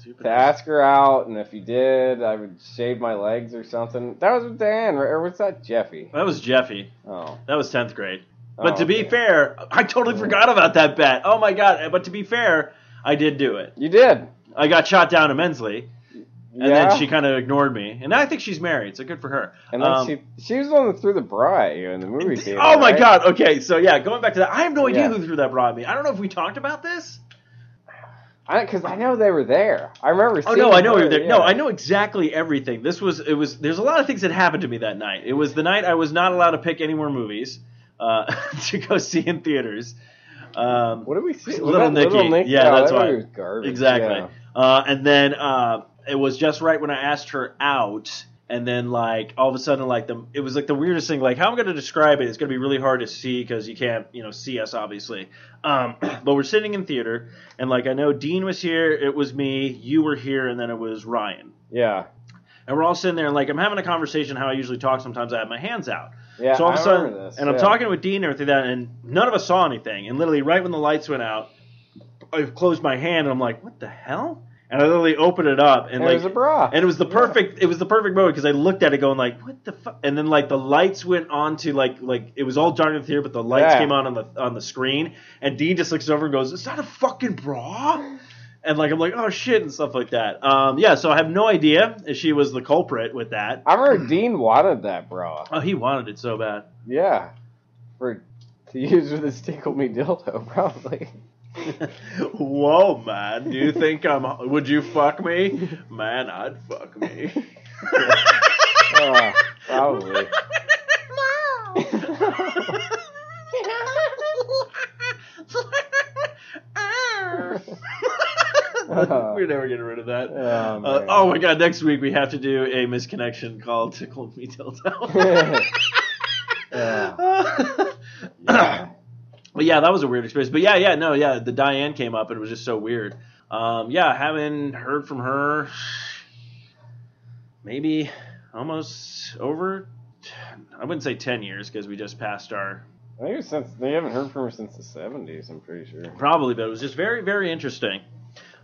[SPEAKER 1] Stupid.
[SPEAKER 2] to ask her out, and if you did, I would shave my legs or something. That was with Dan, or or was that Jeffy?
[SPEAKER 1] That was Jeffy.
[SPEAKER 2] Oh,
[SPEAKER 1] That was tenth grade. But
[SPEAKER 2] Oh,
[SPEAKER 1] to be
[SPEAKER 2] okay.
[SPEAKER 1] fair, I totally forgot about that bet. Oh my god! But to be fair, I did do it.
[SPEAKER 2] you did.
[SPEAKER 1] I got shot down immensely, and
[SPEAKER 2] yeah.
[SPEAKER 1] then she kind of ignored me. And I think she's married, so good for her.
[SPEAKER 2] and then
[SPEAKER 1] Um,
[SPEAKER 2] she she was the one that threw the bra at you in the movie theater.
[SPEAKER 1] Oh my
[SPEAKER 2] right?
[SPEAKER 1] god! Okay, so yeah, going back to that, I have no idea
[SPEAKER 2] Yeah.
[SPEAKER 1] who threw that bra at me. I don't know if we talked about this.
[SPEAKER 2] Because I, know they were there. I remember.
[SPEAKER 1] Oh
[SPEAKER 2] seeing
[SPEAKER 1] no, I know
[SPEAKER 2] her,
[SPEAKER 1] you're there. No,
[SPEAKER 2] yeah.
[SPEAKER 1] I know exactly everything. This was it was. There's a lot of things that happened to me that night. It was the night I was not allowed to pick any more movies uh, to go see in theaters. Um,
[SPEAKER 2] What did we see? Was
[SPEAKER 1] Little
[SPEAKER 2] that
[SPEAKER 1] Nicky. Yeah,
[SPEAKER 2] No,
[SPEAKER 1] that's
[SPEAKER 2] Oh, that
[SPEAKER 1] why.
[SPEAKER 2] movie was garbage.
[SPEAKER 1] Exactly.
[SPEAKER 2] Yeah.
[SPEAKER 1] Uh, and then uh, it was just right when I asked her out, and then like all of a sudden, like the it was like the weirdest thing. Like how I'm going to describe it, it's going to be really hard to see because you can't you know see us obviously. Um, but we're sitting in theater, and like I know Dean was here, it was me, you were here, and then it was Ryan.
[SPEAKER 2] Yeah.
[SPEAKER 1] And we're all sitting there, and like I'm having a conversation how I usually talk. Sometimes I have my hands out
[SPEAKER 2] Yeah.
[SPEAKER 1] so all of a
[SPEAKER 2] I
[SPEAKER 1] sudden,
[SPEAKER 2] remember this,
[SPEAKER 1] and I'm
[SPEAKER 2] yeah.
[SPEAKER 1] talking with Dean and everything like that, and none of us saw anything. And literally, right when the lights went out, I closed my hand and I'm like, "What the hell?" And I literally opened it up and
[SPEAKER 2] And
[SPEAKER 1] like,
[SPEAKER 2] there's a bra.
[SPEAKER 1] and it was the perfect, it was the perfect moment because I looked at it going like, "What the fuck?" And then like the lights went on to like like it was all dark in the theater, but the lights
[SPEAKER 2] Yeah.
[SPEAKER 1] came on on the on the screen, and Dean just looks over and goes, "It's not a fucking bra." And like I'm like oh shit and stuff like that. Um, yeah, so I have no idea if she was the culprit with that.
[SPEAKER 2] I remember Dean wanted that bra.
[SPEAKER 1] Oh, he wanted it so bad.
[SPEAKER 2] Yeah. For to use with his tickle me dildo, probably.
[SPEAKER 1] Whoa, man! Do you think I'm? Would you fuck me, man? I'd fuck me.
[SPEAKER 2] Uh, probably.
[SPEAKER 4] Mom.
[SPEAKER 2] Oh,
[SPEAKER 1] We're never getting rid of that.
[SPEAKER 2] Uh-huh. Oh, man.
[SPEAKER 1] Uh, oh my god! Next week we have to do a misconnection called "Tickle Me Dildo."
[SPEAKER 2] Yeah.
[SPEAKER 1] but yeah, that was a weird experience. But yeah, yeah, no, yeah, the Diane came up and it was just so weird. Um, yeah, haven't heard from her. Maybe almost over. I wouldn't say ten years because we just passed our
[SPEAKER 2] I think it's since they haven't heard from her since the seventies, I'm pretty sure.
[SPEAKER 1] Probably, but it was just very, very interesting.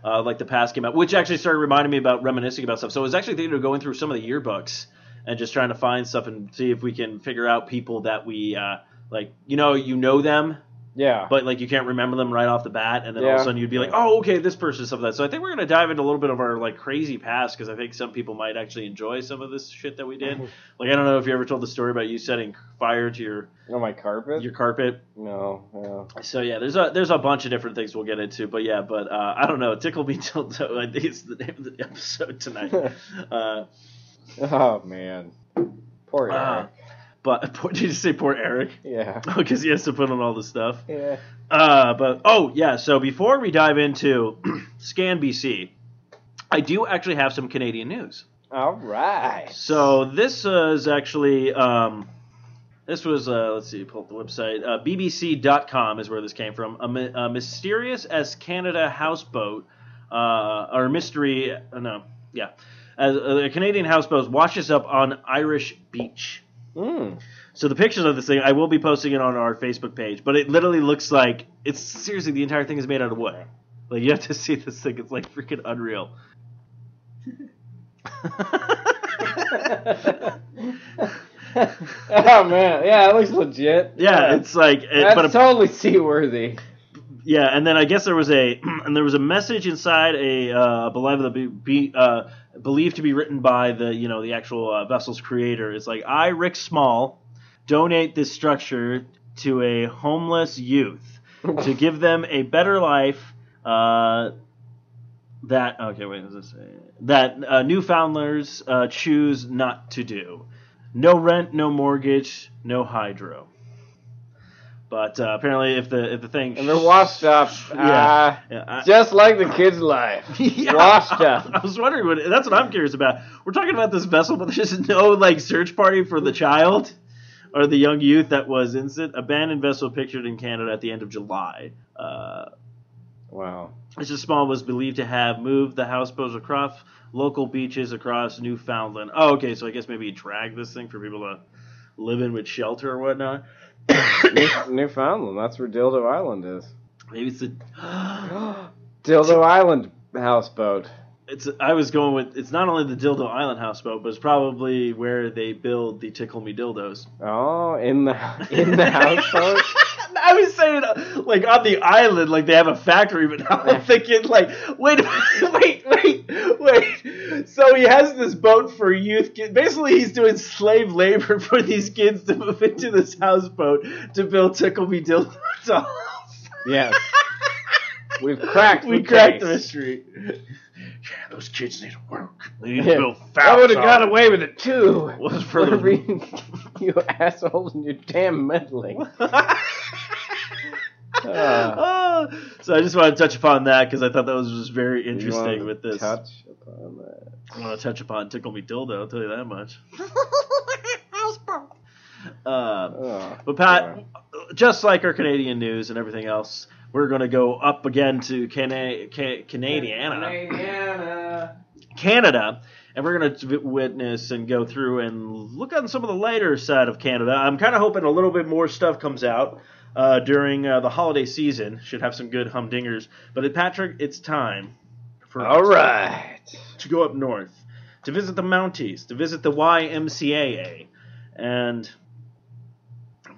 [SPEAKER 1] Uh, like the past came out, which actually started reminding me about reminiscing about stuff. So I was actually thinking of going through some of the yearbooks and just trying to find stuff and see if we can figure out people that we uh, like. You know, you know them,
[SPEAKER 2] Yeah.
[SPEAKER 1] but like you can't remember them right off the bat, and then all of
[SPEAKER 2] Yeah.
[SPEAKER 1] a sudden you'd be like, oh, okay, this person, stuff like that. So I think we're gonna dive into a little bit of our like crazy past because I think some people might actually enjoy some of this shit that we
[SPEAKER 2] Mm-hmm.
[SPEAKER 1] did. Like I don't know if you ever told the story about you setting fire to your
[SPEAKER 2] You know my carpet?
[SPEAKER 1] your carpet.
[SPEAKER 2] No. no.
[SPEAKER 1] So yeah, there's a there's a bunch of different things we'll get into, but yeah, but uh, I don't know. Tickle me till toe. I think it's the name of the episode tonight. Uh,
[SPEAKER 2] Oh man. Poor
[SPEAKER 1] Ah.
[SPEAKER 2] Eric.
[SPEAKER 1] but poor- did you say poor Eric?
[SPEAKER 2] Yeah.
[SPEAKER 1] Because he has to put on all the stuff.
[SPEAKER 2] Yeah.
[SPEAKER 1] Uh, but oh yeah, so before we dive into Scan BC, I do actually have some Canadian news.
[SPEAKER 2] All right.
[SPEAKER 1] So this uh, is actually um, this was uh, let's see, pull up the website. Uh, BBC.com is where this came from. A, mi- a mysterious as Canada houseboat uh, or mystery uh, no yeah, as uh, a Canadian houseboat washes up on Irish beach.
[SPEAKER 2] Mm.
[SPEAKER 1] So the pictures of this thing, I will be posting it on our Facebook page. But it literally looks like it's seriously the entire thing is made out of wood. Like you have to see this thing; it's like freaking unreal.
[SPEAKER 2] oh man. Yeah, it looks legit.
[SPEAKER 1] yeah, it's like, it,
[SPEAKER 2] That's
[SPEAKER 1] but a-
[SPEAKER 2] totally seaworthy.
[SPEAKER 1] yeah, and then I guess there was a and there was a message inside a uh, believed to be, be uh, believed to be written by the you know the actual uh, vessel's creator. It's like I Rick Small donate this structure to a homeless youth to give them a better life. Uh, that okay, wait, what does it say? That uh, Newfoundlanders uh, choose not to do. No rent, no mortgage, no hydro. But uh, apparently, if the if the thing
[SPEAKER 2] And they're washed up.
[SPEAKER 1] Yeah.
[SPEAKER 2] Yeah.
[SPEAKER 1] yeah, I-
[SPEAKER 2] just like the kid's life.
[SPEAKER 1] Yeah.
[SPEAKER 2] Washed up.
[SPEAKER 1] I was wondering what that's what I'm curious about. We're talking about this vessel, but there's no like search party for the child or the young youth that was instant abandoned vessel pictured in Canada at the end of July. Uh,
[SPEAKER 2] Wow.
[SPEAKER 1] Mrs. Small was believed to have moved the houseboats across local beaches across Newfoundland. Oh, okay, so I guess maybe he dragged this thing for people to live in with shelter or whatnot.
[SPEAKER 2] New- Newfoundland. That's where Dildo Island is.
[SPEAKER 1] Maybe it's a.
[SPEAKER 2] Dildo Island houseboat.
[SPEAKER 1] It's. I was going with. It's not only the Dildo Island houseboat, but it's probably where they build the Tickle Me Dildos.
[SPEAKER 2] Oh, in the in the houseboat.
[SPEAKER 1] I was saying, uh, like on the island, like they have a factory, but now I'm thinking, like, wait, wait, wait, wait. So he has this boat for youth kids. Basically, he's doing slave labor for these kids to move into this houseboat to build Tickle Me Dildo dolls.
[SPEAKER 2] yes. We've cracked.
[SPEAKER 1] We
[SPEAKER 2] the
[SPEAKER 1] cracked the
[SPEAKER 2] case.
[SPEAKER 1] mystery. Yeah, those kids need to work. They need
[SPEAKER 2] Yeah.
[SPEAKER 1] to build
[SPEAKER 2] I would
[SPEAKER 1] fountains.
[SPEAKER 2] have got away with it too.
[SPEAKER 1] Was for
[SPEAKER 2] For
[SPEAKER 1] the
[SPEAKER 2] being you assholes and your damn meddling. Uh,
[SPEAKER 1] Ah. so I just wanted to touch upon that because I thought that was just very
[SPEAKER 2] you
[SPEAKER 1] interesting
[SPEAKER 2] wanted
[SPEAKER 1] with
[SPEAKER 2] to
[SPEAKER 1] this.
[SPEAKER 2] Touch upon that.
[SPEAKER 1] I want to touch upon Tickle Me Dildo, I'll tell you that much. Um,
[SPEAKER 2] Oh,
[SPEAKER 1] but, Pat, just like our Canadian news and everything else, we're going to go up again to Cana- Ca- Canadiana,
[SPEAKER 2] Canadiana.
[SPEAKER 1] Canada, and we're going to witness and go through and look on some of the lighter side of Canada. I'm kind of hoping a little bit more stuff comes out uh, during uh, the holiday season. Should have some good humdingers. But, uh, Patrick, it's time for
[SPEAKER 2] All right.
[SPEAKER 1] to go up north, to visit the Mounties, to visit the YMCAA, and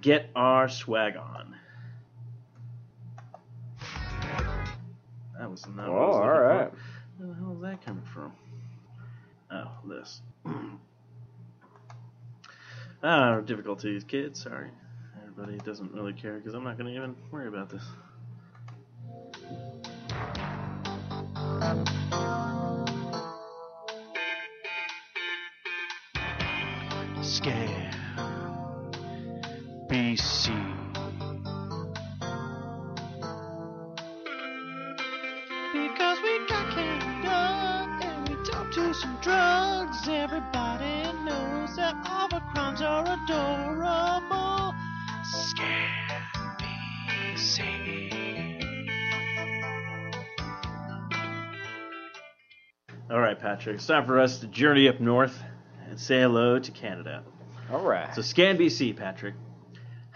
[SPEAKER 1] get our swag on. That was not.
[SPEAKER 2] Oh,
[SPEAKER 1] what I was
[SPEAKER 2] all
[SPEAKER 1] looking for.
[SPEAKER 2] right.
[SPEAKER 1] Where the hell is that coming from? Oh, this. Ah, difficulties, kids. Sorry. Everybody doesn't really care because I'm not going to even worry about this. Scam. BC.
[SPEAKER 3] Because we got carried up and we don't do some drugs. Everybody knows that all the crimes are adorable. Scam BC.
[SPEAKER 1] All right, Patrick. It's time for us to journey up north and say hello to Canada.
[SPEAKER 2] All right.
[SPEAKER 1] So scan BC, Patrick.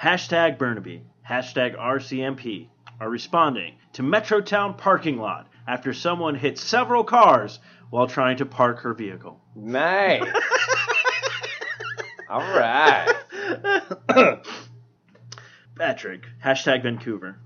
[SPEAKER 1] Hashtag Burnaby, hashtag RCMP are responding to Metrotown parking lot after someone hit several cars while trying to park her vehicle.
[SPEAKER 2] Nice. All right.
[SPEAKER 1] Patrick. Hashtag Vancouver.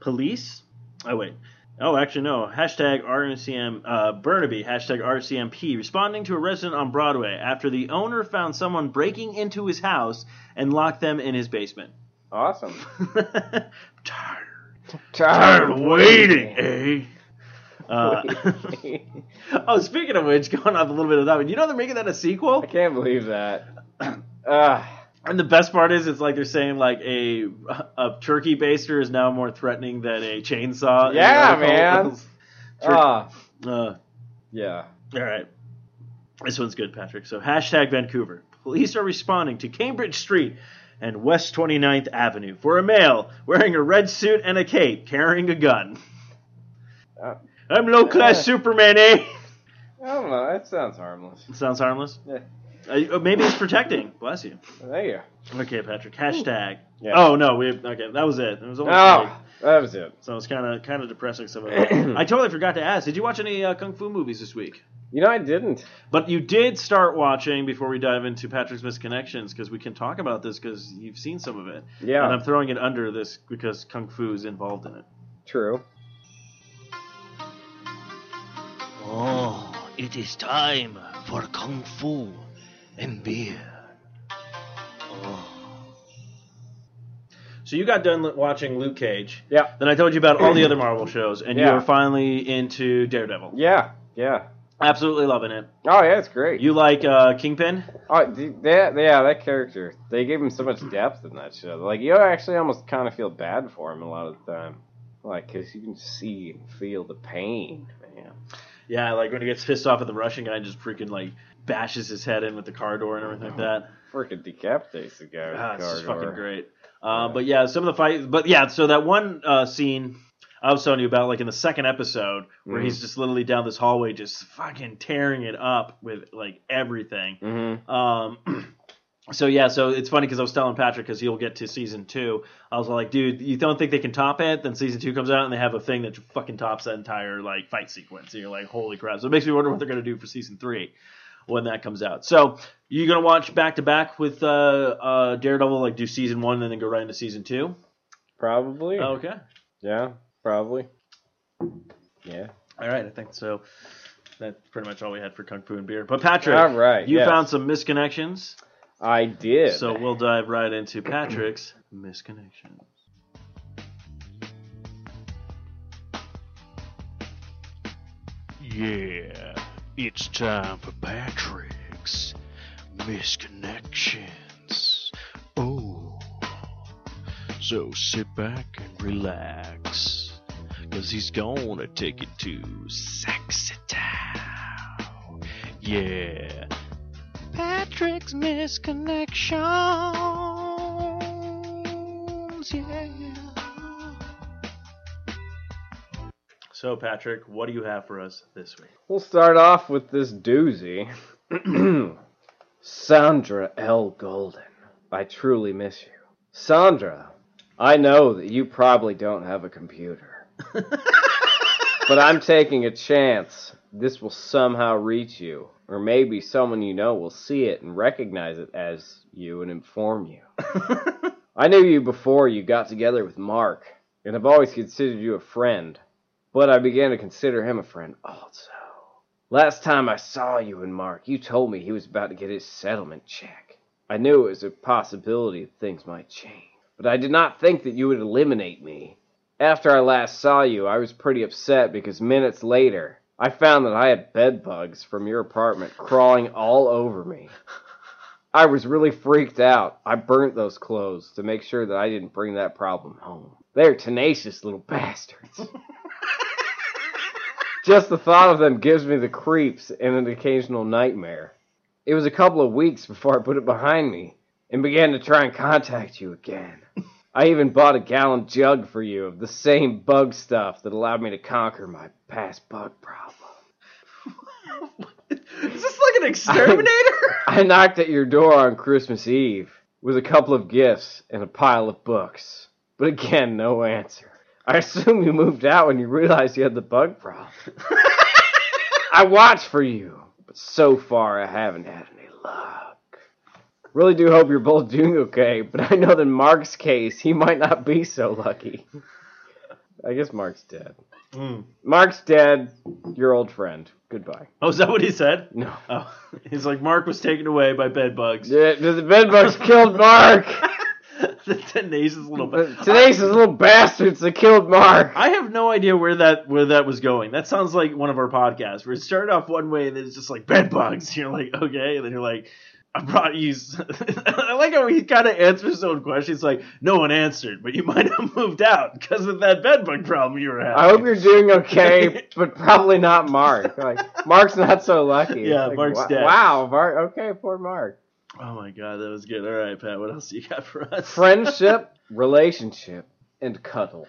[SPEAKER 1] Police? Oh, wait. Oh, actually, no. Hashtag RCM, uh, Burnaby. Hashtag RCMP. Responding to a resident on Broadway after the owner found someone breaking into his house and locked them in his basement.
[SPEAKER 2] Awesome.
[SPEAKER 1] Tired. Tired of waiting, eh? Uh, oh, speaking of which, going off a little bit of that one, you know they're making that a sequel?
[SPEAKER 2] I can't believe that. Ugh.
[SPEAKER 1] And the best part is, it's like they're saying like a a turkey baster is now more threatening than a chainsaw. in the
[SPEAKER 2] Yeah,
[SPEAKER 1] article.
[SPEAKER 2] man.
[SPEAKER 1] Tur-
[SPEAKER 2] Ah,
[SPEAKER 1] Uh,
[SPEAKER 2] yeah.
[SPEAKER 1] all right, this one's good, Patrick. So hashtag Vancouver. Police are responding to Cambridge Street and West 29th Avenue for a male wearing a red suit and a cape carrying a gun.
[SPEAKER 2] Uh,
[SPEAKER 1] I'm low class
[SPEAKER 2] yeah.
[SPEAKER 1] Superman, eh?
[SPEAKER 2] I don't know. Oh, That sounds harmless.
[SPEAKER 1] Sounds harmless.
[SPEAKER 2] Yeah.
[SPEAKER 1] Uh, maybe he's protecting. Bless you.
[SPEAKER 2] There you go.
[SPEAKER 1] Okay, Patrick. Hashtag.
[SPEAKER 2] Yeah.
[SPEAKER 1] Oh no, we okay. That was it. It was only. three.
[SPEAKER 2] Oh, that was it.
[SPEAKER 1] So it's kind of kind of depressing. Some of it. I totally forgot to ask. Did you watch any uh, kung fu movies this week?
[SPEAKER 2] You know, I didn't.
[SPEAKER 1] But you did start watching before we dive into Patrick's misconnections because we can talk about this because you've seen some of it.
[SPEAKER 2] Yeah,
[SPEAKER 1] And I'm throwing it under this because kung fu is involved in it.
[SPEAKER 2] true.
[SPEAKER 3] Oh, it is time for kung fu and beer. Oh.
[SPEAKER 1] So you got done li- watching Luke Cage.
[SPEAKER 2] Yeah.
[SPEAKER 1] Then I told you about all the other Marvel shows, and you
[SPEAKER 2] Yeah.
[SPEAKER 1] were finally into Daredevil.
[SPEAKER 2] Yeah, yeah.
[SPEAKER 1] Absolutely loving it.
[SPEAKER 2] Oh, yeah, it's great.
[SPEAKER 1] You like uh, Kingpin?
[SPEAKER 2] Oh, dude, that, yeah, that character. They gave him so much depth in that show. Like, you actually almost kind of feel bad for him a lot of the time. Like, because you can see and feel the pain, man.
[SPEAKER 1] Yeah, like when he gets pissed off at the Russian guy and just freaking like bashes his head in with the car door and everything like that.
[SPEAKER 2] Freaking decapitates the guy. with
[SPEAKER 1] Ah,
[SPEAKER 2] the
[SPEAKER 1] it's just
[SPEAKER 2] car door.
[SPEAKER 1] fucking great. Uh, But yeah, some of the fights. But yeah, so that one uh, scene I was telling you about, like in the second episode, where
[SPEAKER 2] Mhm.
[SPEAKER 1] he's just literally down this hallway, just fucking tearing it up with like everything.
[SPEAKER 2] Mhm.
[SPEAKER 1] Um, so yeah, so it's funny because I was telling Patrick because he'll get to season two. I was like, dude, you don't think they can top it? Then season two comes out and they have a thing that fucking tops that entire like fight sequence. And you're like, holy crap! So it makes me wonder what they're gonna do for season three when that comes out. So you gonna watch back to back with uh, uh, Daredevil, like do season one and then go right into season two?
[SPEAKER 2] Probably.
[SPEAKER 1] Okay.
[SPEAKER 2] Yeah, probably. Yeah.
[SPEAKER 1] All right, I think so. That's pretty much all we had for Kung Fu and beer. But Patrick,
[SPEAKER 2] All right.
[SPEAKER 1] you
[SPEAKER 2] yes.
[SPEAKER 1] found some misconnections.
[SPEAKER 2] I did.
[SPEAKER 1] So we'll dive right into Patrick's misconnection.
[SPEAKER 3] Yeah, it's time for Patrick's Misconnections. Oh, so sit back and relax, cause he's gonna take it to sexy town. Yeah, Patrick's Misconnections. Yeah.
[SPEAKER 1] So, Patrick, what do you have for us this week?
[SPEAKER 2] We'll start off with this doozy. Sandra L. Golden, I truly miss you. Sandra, I know that you probably don't have a computer. but I'm taking a chance. This will somehow reach you. Or maybe someone you know will see it and recognize it as you and inform you. I knew you before you got together with Mark, and I've always considered you a friend. But I began to consider him a friend also. Last time I saw you and Mark, you told me he was about to get his settlement check. I knew it was a possibility that things might change, but I did not think that you would eliminate me. After I last saw you, I was pretty upset because minutes later, I found that I had bed bugs from your apartment crawling all over me. I was really freaked out. I burnt those clothes to make sure that I didn't bring that problem home. They're tenacious little bastards. Just the thought of them gives me the creeps and an occasional nightmare. It was a couple of weeks before I put it behind me and began to try and contact you again. I even bought a gallon jug for you of the same bug stuff that allowed me to conquer my past bug problem.
[SPEAKER 1] Is this like an exterminator?
[SPEAKER 2] I knocked at your door on Christmas Eve with a couple of gifts and a pile of books. But again, no answer. I assume you moved out when you realized you had the bug problem. I watched for you, but so far I haven't had any luck. Really do hope you're both doing okay, but I know that in Mark's case, he might not be so lucky. I guess Mark's dead.
[SPEAKER 1] Mm.
[SPEAKER 2] Mark's dead, your old friend. Goodbye.
[SPEAKER 1] Oh, is that what he said?
[SPEAKER 2] No.
[SPEAKER 1] Oh, he's like Mark was taken away by bed bugs.
[SPEAKER 2] Yeah, the bedbugs killed Mark!
[SPEAKER 1] the tenacious little bit.
[SPEAKER 2] Today's those little bastards that killed Mark!
[SPEAKER 1] I have no idea where that where that was going. That sounds like one of our podcasts where it started off one way and then it's just like bed bugs. You're like okay, and then you're like, I brought you. s- I like how he kind of answers his own questions. Like no one answered, but you might have moved out because of that bed bug problem you were having.
[SPEAKER 2] I hope you're doing okay, but probably not Mark. Like Mark's not so lucky.
[SPEAKER 1] Yeah,
[SPEAKER 2] Like,
[SPEAKER 1] Mark's
[SPEAKER 2] wa-
[SPEAKER 1] dead.
[SPEAKER 2] Wow, Mark. Okay, poor Mark.
[SPEAKER 1] Oh my god, that was good. All right, Pat, what else you got for us?
[SPEAKER 2] Friendship, relationship, and cuddle.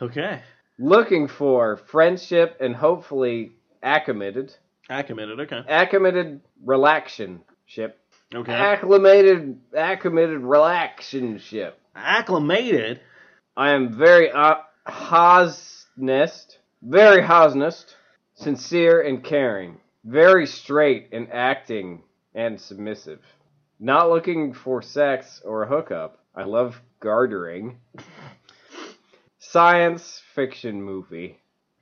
[SPEAKER 1] Okay,
[SPEAKER 2] Looking for friendship and hopefully acclimated,
[SPEAKER 1] acclimated. Okay,
[SPEAKER 2] acclimated relationship,
[SPEAKER 1] okay,
[SPEAKER 2] acclimated, acclimated relationship.
[SPEAKER 1] acclimated.
[SPEAKER 2] I am very uh, hosnest, very hosnest, sincere and caring, very straight in acting and submissive. Not looking for sex or a hookup. I love gartering. science fiction movie.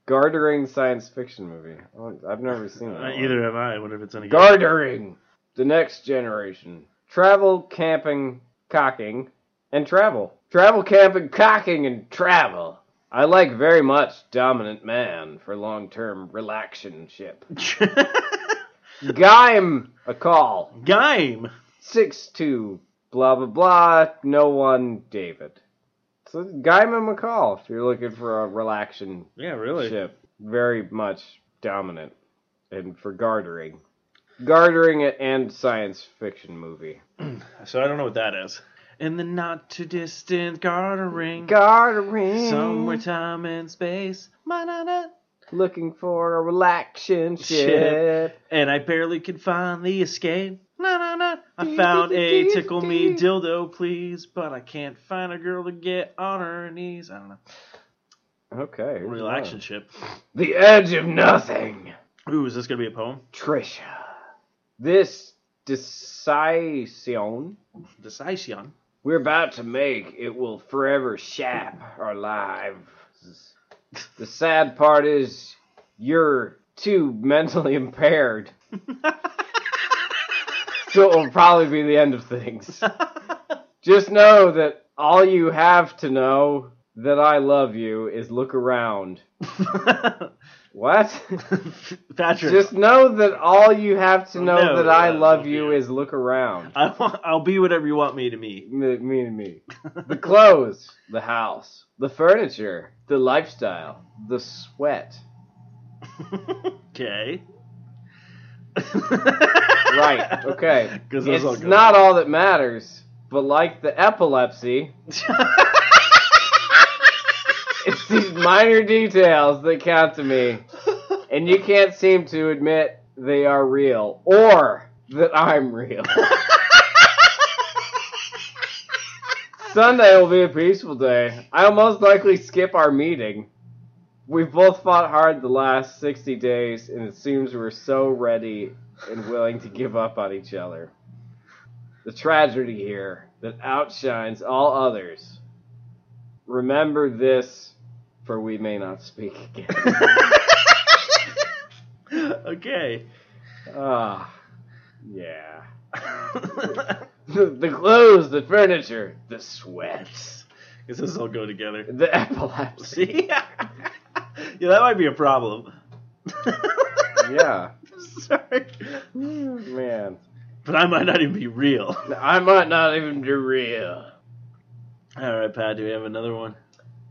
[SPEAKER 2] Gartering science fiction movie. Oh, I've never seen that.
[SPEAKER 1] Uh,
[SPEAKER 2] one.
[SPEAKER 1] either have I. I wonder if it's any good.
[SPEAKER 2] Gartering. The next generation. Travel, camping, cocking, and travel. Travel, camping, cocking, and travel. I like very much dominant man for long term relationship. Gime a call.
[SPEAKER 1] Game.
[SPEAKER 2] 6 2, blah, blah, blah, no one, David. So, Gime him a call if you're looking for a relaxation
[SPEAKER 1] Yeah, really.
[SPEAKER 2] ship very much dominant and for gartering gartering and science fiction movie
[SPEAKER 1] So I don't know what that is. In the not too distant gartering,
[SPEAKER 2] gartering
[SPEAKER 1] somewhere time and space. Ma-na-na.
[SPEAKER 2] looking for a relaxation ship
[SPEAKER 1] Ship. And I barely could find the escape. Na-na-na. I found a tickle me dildo, please, but I can't find a girl to get on her knees. I don't know.
[SPEAKER 2] okay here's another.
[SPEAKER 1] Relationship.
[SPEAKER 2] the edge of nothing
[SPEAKER 1] Ooh, is this gonna be a poem?
[SPEAKER 2] trisha this decision
[SPEAKER 1] Decision.
[SPEAKER 2] we're about to make it will forever shape our lives. The sad part is you're too mentally impaired. so it'll probably be the end of things. Just know that all you have to know that I love you is look around. What?
[SPEAKER 1] Patrick.
[SPEAKER 2] Just know that all you have to know
[SPEAKER 1] No,
[SPEAKER 2] that I
[SPEAKER 1] yeah,
[SPEAKER 2] love
[SPEAKER 1] love
[SPEAKER 2] you
[SPEAKER 1] you.
[SPEAKER 2] is look around.
[SPEAKER 1] I want, I'll be whatever you want me to be.
[SPEAKER 2] Me, me and me. The clothes, the house, the furniture, the lifestyle, the sweat.
[SPEAKER 1] okay.
[SPEAKER 2] Right, okay.
[SPEAKER 1] 'Cause those all
[SPEAKER 2] it's
[SPEAKER 1] go-
[SPEAKER 2] not all that matters, but like the epilepsy, it's these minor details that count to me, and you can't seem to admit they are real or that I'm real. Sunday will be a peaceful day. I'll most likely skip our meeting. We've both fought hard the last 60 days, and it seems we're so ready and willing to give up on each other. The tragedy here that outshines all others. Remember this, for we may not speak again.
[SPEAKER 1] okay.
[SPEAKER 2] Ah, yeah. the clothes, the furniture, the sweat,
[SPEAKER 1] Because those all go together.
[SPEAKER 2] the epilepsy.
[SPEAKER 1] See? yeah, that might be a problem.
[SPEAKER 2] Yeah,
[SPEAKER 1] Sorry.
[SPEAKER 2] man.
[SPEAKER 1] But I might not even be real.
[SPEAKER 2] I might not even be real.
[SPEAKER 1] All right, Pat, do we have another one?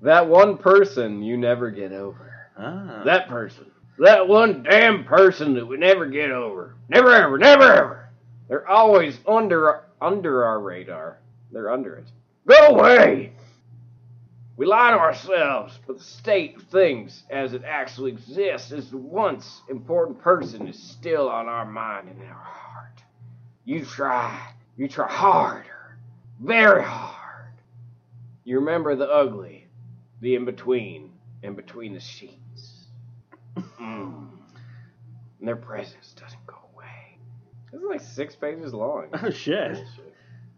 [SPEAKER 2] That one person you never get over.
[SPEAKER 1] Ah.
[SPEAKER 2] That person. That one damn person that we never get over. Never ever, never ever. They're always under under our radar. They're under it. Go away. We lie to ourselves, but the state of things as it actually exists is the once important person is still on our mind and in our heart. You try. You try harder. Very hard. You remember the ugly, the in between, and between the sheets. Mm. And their presence doesn't go away. This is like six pages long.
[SPEAKER 1] Oh shit.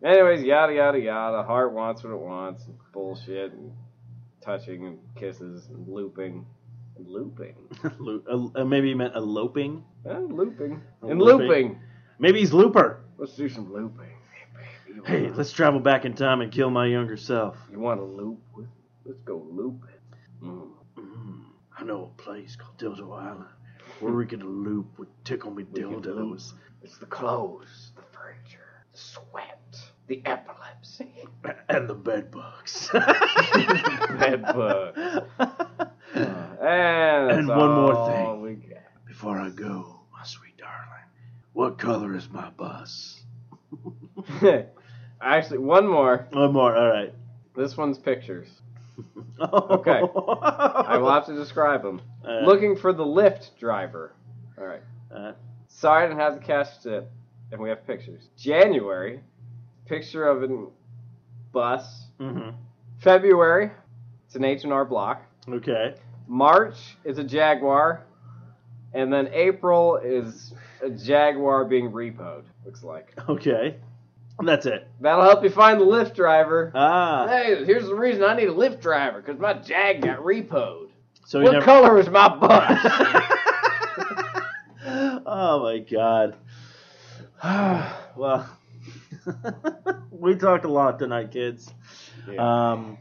[SPEAKER 2] Anyways, yada yada yada. Heart wants what it wants. and Bullshit and touching and kisses and looping. And looping.
[SPEAKER 1] Lo- uh, maybe he meant eloping.
[SPEAKER 2] And looping.
[SPEAKER 1] And
[SPEAKER 2] And
[SPEAKER 1] looping.
[SPEAKER 2] looping.
[SPEAKER 1] Maybe he's Looper.
[SPEAKER 2] Let's do some looping. Hey, baby,
[SPEAKER 1] Hey,
[SPEAKER 2] you wanna-
[SPEAKER 1] let's travel back in time and kill my younger self.
[SPEAKER 2] You want to loop? with- Let's go looping. Mm.
[SPEAKER 1] Mm, I know a place called Dildo Island where we could loop with tickle me
[SPEAKER 2] We could loop.
[SPEAKER 1] dildos.
[SPEAKER 2] It's the clothes, the furniture, the sweat, the epilepsy.
[SPEAKER 1] And the bed bugs.
[SPEAKER 2] Bed
[SPEAKER 1] bugs.
[SPEAKER 2] Uh, And, that's
[SPEAKER 1] And one more
[SPEAKER 2] all
[SPEAKER 1] thing.
[SPEAKER 2] we got.
[SPEAKER 1] Before I go, my sweet darling, what color is my bus?
[SPEAKER 2] Actually, one more.
[SPEAKER 1] One more, all right.
[SPEAKER 2] This one's pictures. Okay. I will have to describe them.
[SPEAKER 1] Uh,
[SPEAKER 2] Looking for the Lyft driver. All right.
[SPEAKER 1] uh,
[SPEAKER 2] Sorry, I didn't have the cash tip, and we have pictures. January, picture of an bus.
[SPEAKER 1] mhm.
[SPEAKER 2] February, it's an H and R Block.
[SPEAKER 1] Okay.
[SPEAKER 2] March is a Jaguar, and then April is a Jaguar being repoed. Looks like
[SPEAKER 1] Okay. That's it.
[SPEAKER 2] that'll help you find the Lyft driver.
[SPEAKER 1] Ah.
[SPEAKER 2] Hey, here's the reason I need a Lyft driver because my Jag got repoed.
[SPEAKER 1] So
[SPEAKER 2] what
[SPEAKER 1] you never.
[SPEAKER 2] color is my bus?
[SPEAKER 1] oh my god. well, we talked a lot tonight, kids. Um,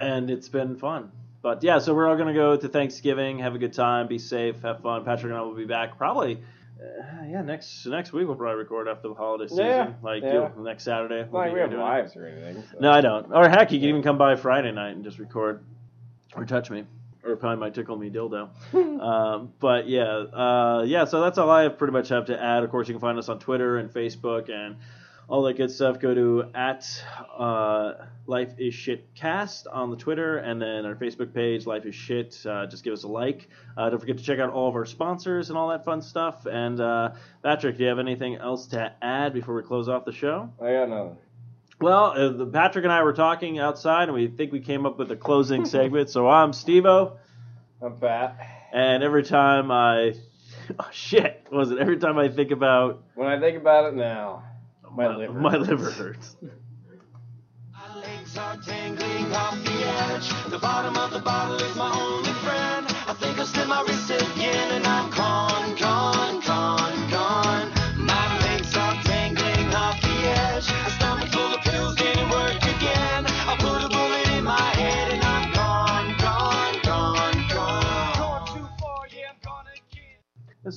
[SPEAKER 1] and it's been fun. But yeah, so we're all going to go to Thanksgiving, have a good time, be safe, have fun. Patrick and I will be back probably. Uh, yeah, next next week we'll probably record after the holiday season.
[SPEAKER 2] Yeah,
[SPEAKER 1] like
[SPEAKER 2] yeah.
[SPEAKER 1] you- next Saturday.
[SPEAKER 2] It's
[SPEAKER 1] we'll
[SPEAKER 2] not
[SPEAKER 1] be
[SPEAKER 2] like we
[SPEAKER 1] here doing it.
[SPEAKER 2] have lives or anything. so-
[SPEAKER 1] No, I don't. Or heck, you can even come by Friday night and just record or touch me. Or probably my tickle me dildo. um, but yeah, uh, yeah, so that's all I pretty much have to add. Of course, you can find us on Twitter and Facebook and all that good stuff. Go to at uh, Life is Shit Cast on the Twitter and then our Facebook page, Life is Shit. Uh, just give us a like. Uh, don't forget to check out all of our sponsors and all that fun stuff. And uh, Patrick, do you have anything else to add before we close off the show?
[SPEAKER 2] I got nothing.
[SPEAKER 1] Well, uh, the- Patrick and I were talking outside, and we think we came up with a closing segment. So I'm Stevo,
[SPEAKER 2] I'm fat.
[SPEAKER 1] and every time I, oh, shit, what was it every time I think about
[SPEAKER 2] When I think about it now, my
[SPEAKER 1] uh,
[SPEAKER 2] liver.
[SPEAKER 1] my liver hurts.
[SPEAKER 3] My legs are dangling off the edge. The bottom of the bottle is my only friend. I think I'll slip my wrist again and I'm gone, gone, gone, gone. My legs are dangling off the edge. A stomach full of pills didn't work again. I put a bullet in my head and I'm gone, gone, gone, gone. Going too far, yeah, I'm gone again.
[SPEAKER 1] This